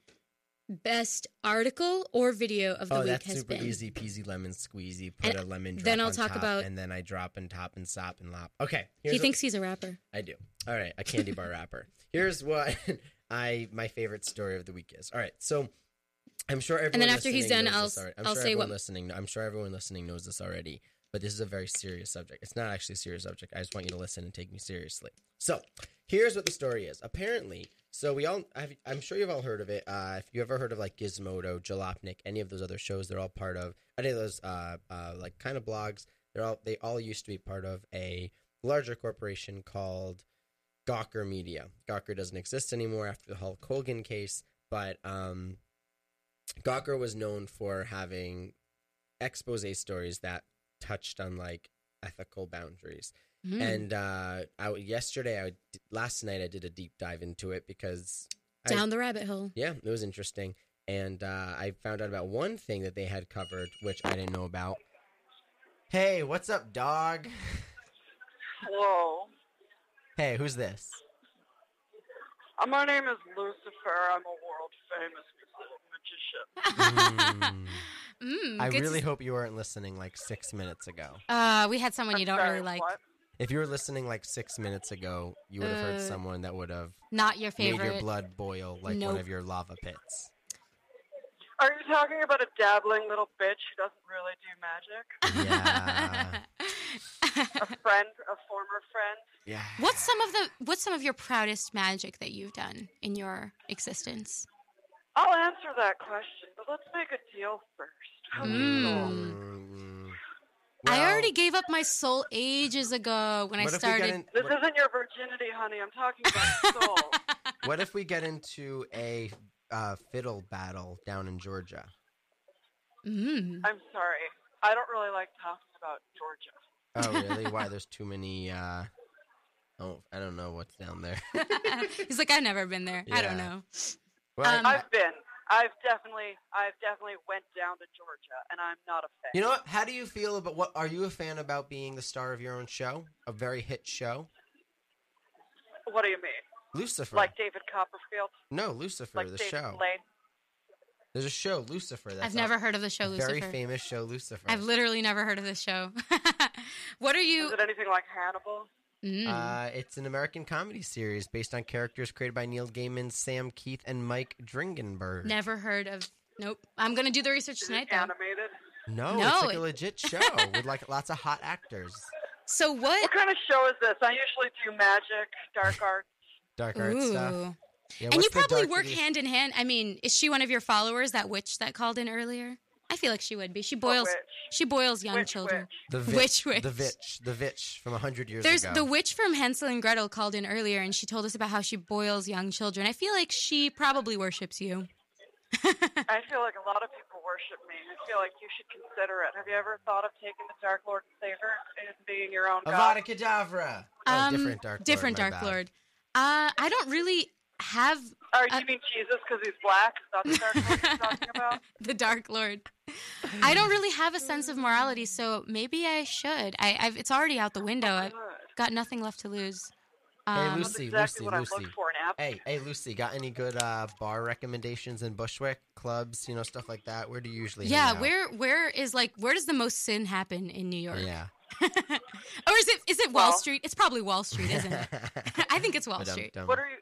best article or video of the
oh,
week
that's
has
super
been
easy peasy lemon squeezy. Put
And
a lemon. Drop
then I'll
on
talk
top,
about-
and then I drop and top and sop and lop. Okay, here's
he
what-
thinks he's a rapper
I do. All right, a candy bar wrapper. Here's what I my favorite story of the week is. All right, so I'm sure everyone.
then after he's
listening
done,
knows this
I'll-
already. I'm
I'll
sure
say what-
everyone listening. I'm sure everyone listening knows this already, but this is a very serious subject. It's not actually a serious subject. I just want you to listen and take me seriously. So here's what the story is. Apparently, so we all. I've, I'm sure you've all heard of it. Uh, if you ever heard of like Gizmodo, Jalopnik, any of those other shows, they're all part of any of those uh, uh, like kind of blogs. They're all they all used to be part of a larger corporation called Gawker Media. Gawker doesn't exist anymore after the Hulk Hogan case, but um, Gawker was known for having expose stories that touched on like ethical boundaries.
Hmm.
And uh, I, yesterday, I d- last night, I did a deep dive into it because I-
down the rabbit hole
yeah, it was interesting. And uh, I found out about one thing that they had covered, which I didn't know about. Hey, what's up, dog?
Hello.
Hey, who's this?
Uh, my name is Lucifer. I'm a world famous magician.
Mm.
Mm,
I
good to
really
s-
hope you weren't listening like six minutes ago.
uh we had someone
I'm
you don't
sorry,
really like
what?
If you were listening like six minutes ago, you would have heard
Uh,
someone that would have
not your
made
favorite
your blood boil like one
Nope.
of your lava pits.
Are you talking about a dabbling little bitch who doesn't really do magic?
Yeah.
A friend, a former friend?
Yeah.
what's some of the what's some of your proudest magic that you've done in your existence
I'll answer that question, but let's make a deal first.
Mm.
Mm.
i
Well,
already gave up my soul ages ago when i
what if we get
started
in-
This
what-
isn't your virginity, honey. I'm talking about soul.
What if we get into a uh, fiddle battle down in Georgia?
Mm.
I'm sorry. I don't really like talking about Georgia.
Oh, really? Why? There's too many. Uh, oh, I don't know what's down there.
He's like, I've never been there. I don't
Yeah.
know.
Well,
Um,
I-
I've been. I've definitely, I've definitely went down to Georgia, and I'm not a fan.
you know what? How do you feel about what? Are you a fan about being the star of your own show? A very hit show,
what do you mean?
Lucifer.
Like David Copperfield,
no, Lucifer,
like
the
David
show.
Blaine.
There's a show, Lucifer. That's
I've
a
never heard of the show
very
Lucifer.
famous show, Lucifer.
I've literally never heard of this show. what are
Is
you?
it anything like Hannibal?
Mm.
Uh, it's an American comedy series based on characters created by Neil Gaiman, Sam Keith, and Mike Dringenberg.
never heard of. Nope. I'm gonna do the research
Is
tonight
it
though.
animated?
No,
No,
it's like
it-
a legit show with like lots of hot actors.
So what?
What kind of show is this? I usually do magic, dark arts.
Dark art
Ooh.
stuff. Yeah,
and
what's the
you probably
dark
work
video-
hand in hand. I mean, is she one of your followers? That witch that called in earlier? I feel like she would be. She boils.
Witch.
She boils young
Witch,
children.
witch.
The vit,
Witch, witch.
The Vitch. The Vitch from 100 years
There's
ago.
the witch from Hansel and Gretel called in earlier, and she told us about how she boils young children. I feel like she probably worships you.
I feel like a lot of people worship me. I feel like you should consider it. Have you ever thought of taking the Dark Lord and Savior and being your own
Avada
god?
Kedavra. Oh,
Um,
different Dark Lord.
different
my
Dark
bad.
Lord. Uh, I don't really have
Or do
Uh,
you mean Jesus because he's black? Is that the Dark Lord you're talking about?
the Dark Lord. I don't really have a sense of morality, so maybe I should. I, I've it's already out the window. I've
Good.
got nothing left to lose.
Hey,
Um,
Lucy, Lucy,
exactly what I'm
Lucy.
looking for in app.
Hey, hey, Lucy, got any good uh, bar recommendations in Bushwick? Clubs, you know, stuff like that? Where do you usually hang
yeah,
out?
where where is like where does the most sin happen in New York?
Yeah.
or is it is it Wall
Well-
Street? It's probably Wall Street, isn't it? I think it's Wall
Ba-dum-dum.
Street.
What are you?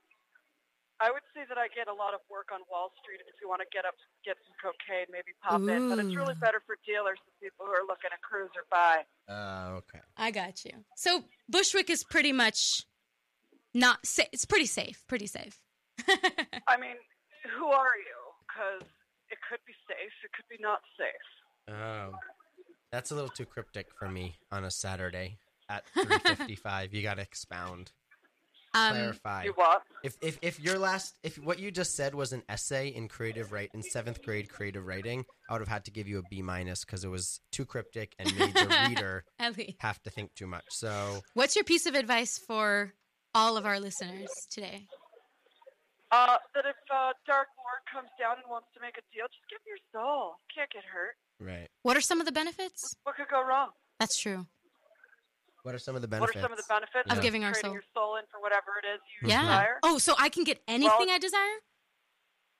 I would say that I get a lot of work on Wall Street, and if you want to get up, get some cocaine, maybe pop in. But it's really
Ooh.
better for dealers and people who are looking to cruise or buy.
Oh, okay.
I got you. So Bushwick is pretty much not sa- it's pretty safe, pretty safe.
I mean, who are you? Because it could be safe, it could be not safe.
Oh, that's a little too cryptic for me on a Saturday at three fifty-five. you got to expound.
Um,
clarify.
You what?
If, if if your last if what you just said was an essay in creative write in seventh grade creative writing, I would have had to give you a B minus because it was too cryptic and made the reader
Ellie,
have to think too much. So
what's your piece of advice for all of our listeners today?
Uh, that if uh, Dark Lord comes down and wants to make a deal, just give him your soul. You can't get hurt.
right,
What are some of the benefits?
What could go wrong?
That's true.
what are some of the benefits?
What are some of the benefits
Of giving our
trading
soul.
your soul in for whatever it is you
Yeah.
desire?
Oh, so I can get anything I desire?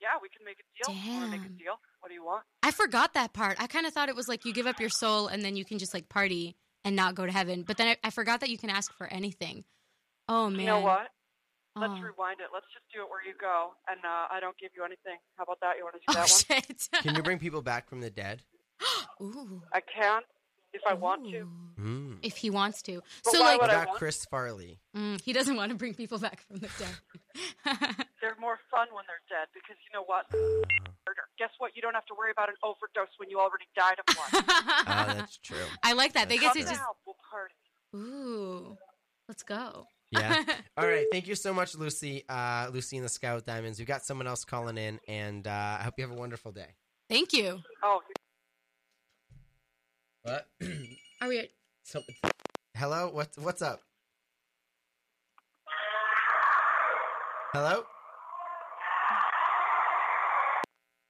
Yeah, we can make a deal. You wanna make
Damn.
a deal? What do you want?
I forgot that part. I kind of thought it was like you give up your soul and then you can just like party and not go to heaven. But then I, I forgot that you can ask for anything. Oh man.
You know what? Let's
Oh.
rewind it. Let's just do it where you go, and uh, I don't give you anything. How about that? You want to do
Oh,
that one?
shit.
Can you bring people back from the dead?
Ooh.
I can if I want to.
Ooh.
Mm.
If he wants to.
But
so
why
like
would
What
I
about
want-
Chris Farley?
mm, he doesn't want to bring people back from the dead.
They're more fun when they're dead because you know what? Murder. Guess what? You don't have to worry about an overdose when you already died of one.
Oh, that's true.
I like that. They get
Come
to just
now, we'll party.
ooh. Let's go.
Yeah. All right. Thank you so much, Lucy. Uh, Lucy and the Sky with Diamonds. We've got someone else calling in, and uh, I hope you have a wonderful day.
Thank you.
Oh,
What?
Are we
so, hello. What's what's up? Hello.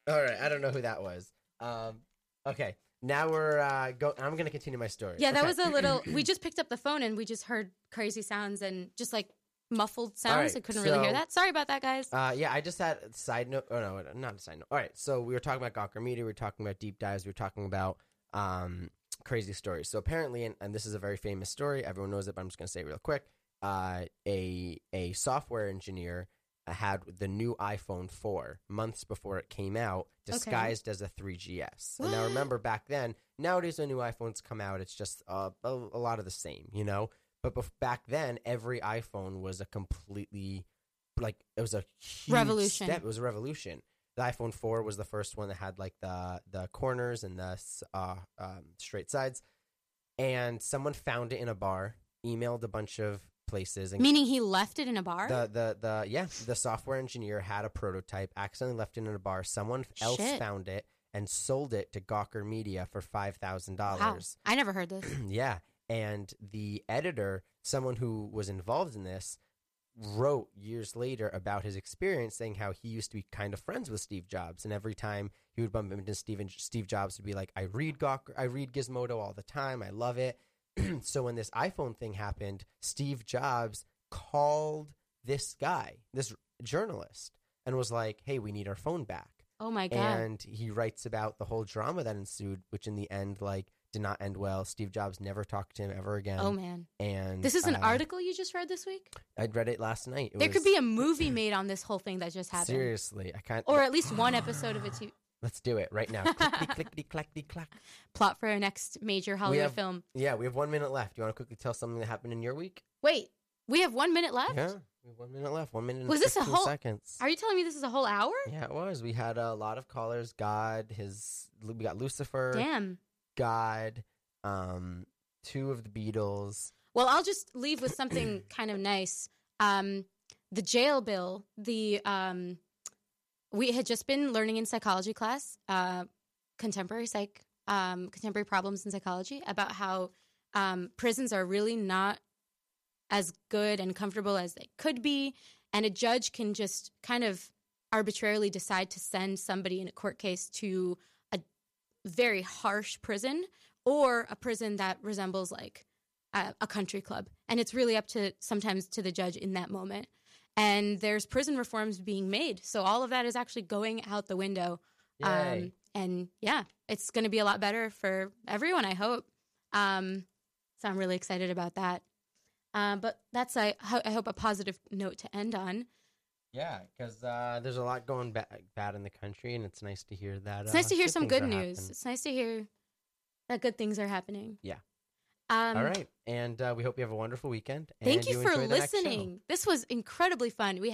All right. I don't know who that was. Um, okay. Now we're uh, go. I'm gonna continue my story.
Yeah, that
Okay.
was a little we just picked up the phone and we just heard crazy sounds and just like muffled sounds.
right,
I couldn't really hear
so-
that. Sorry about that, guys.
Uh, yeah, I just had a side note. Oh no, not a side note. All right, so we were talking about Gawker Media. We were talking about deep dives. We were talking about um, crazy stories. So apparently, and, and this is a very famous story. Everyone knows it, but I'm just going to say it real quick. Uh, a a software engineer had the new iPhone 4 months before it came out, disguised as a 3GS. And now
What?
remember back then. Nowadays, when new iPhones come out, it's just uh, a, a lot of the same, you know. But bef- back then, every iPhone was a completely like it was a huge
Revolution.
Step. It was a revolution. The iPhone 4 was the first one that had like the the corners and the s- uh, um, straight sides. And someone found it in a bar, emailed a bunch of places, and
Meaning he left it in a bar?
the the the yeah the software engineer had a prototype, accidentally left it in a bar. Someone else
Shit.
found it and sold it to Gawker Media for five thousand
wow.
dollars.
I never heard this.
yeah. And the editor, someone who was involved in this, wrote years later about his experience saying how he used to be kind of friends with Steve Jobs. And every time he would bump into Steve, Steve Jobs would be like, I read Gawker, I read Gizmodo all the time. I love it. so when this iPhone thing happened, Steve Jobs called this guy, this journalist, and was like, hey, we need our phone back
Oh my god.
and he writes about the whole drama that ensued, which in the end, like, did not end well. Steve Jobs never talked to him ever again.
oh man.
And
This is an
uh,
article you just read this week?
I read it last night. It
There could
was-
be a movie made on this whole thing that just happened.
seriously. I can't.
Or at least one episode of a TV
Let's do it right now. clickety clickety clackety clack.
plot for our next major Hollywood
have-
film.
Yeah, we have one minute left. You want to quickly tell something that happened in your week?
Wait, we have one minute left?
Yeah, we have one minute left. One minute. and
Was this a
15
whole-
Seconds.
Are you telling me this is a whole hour?
yeah, it was. We had a lot of callers. God, his. We got Lucifer.
Damn.
God. Um, two of the Beatles.
Well, I'll just leave with something kind of nice. Um, the jail bill, the um, we had just been learning in psychology class, uh, contemporary psych, um, contemporary problems in psychology, about how um, prisons are really not as good and comfortable as they could be, and a judge can just kind of arbitrarily decide to send somebody in a court case to a very harsh prison or a prison that resembles like a, a country club and it's really up to sometimes to the judge in that moment and there's prison reforms being made so all of that is actually going out the window Um,
Yay.
and yeah it's going to be a lot better for everyone i hope um, so i'm really excited about that um, but that's I, ho- I hope a positive note to end on
Yeah, because uh, there's a lot going ba- bad in the country, and it's nice to hear that.
it's
uh,
nice to hear some
things
good
are
news
happening.
it's nice to hear that good things are happening
Yeah.
um,
All right, and uh, we hope you have a wonderful weekend.
thank
and
you for
enjoy the next show.
listening this was incredibly fun we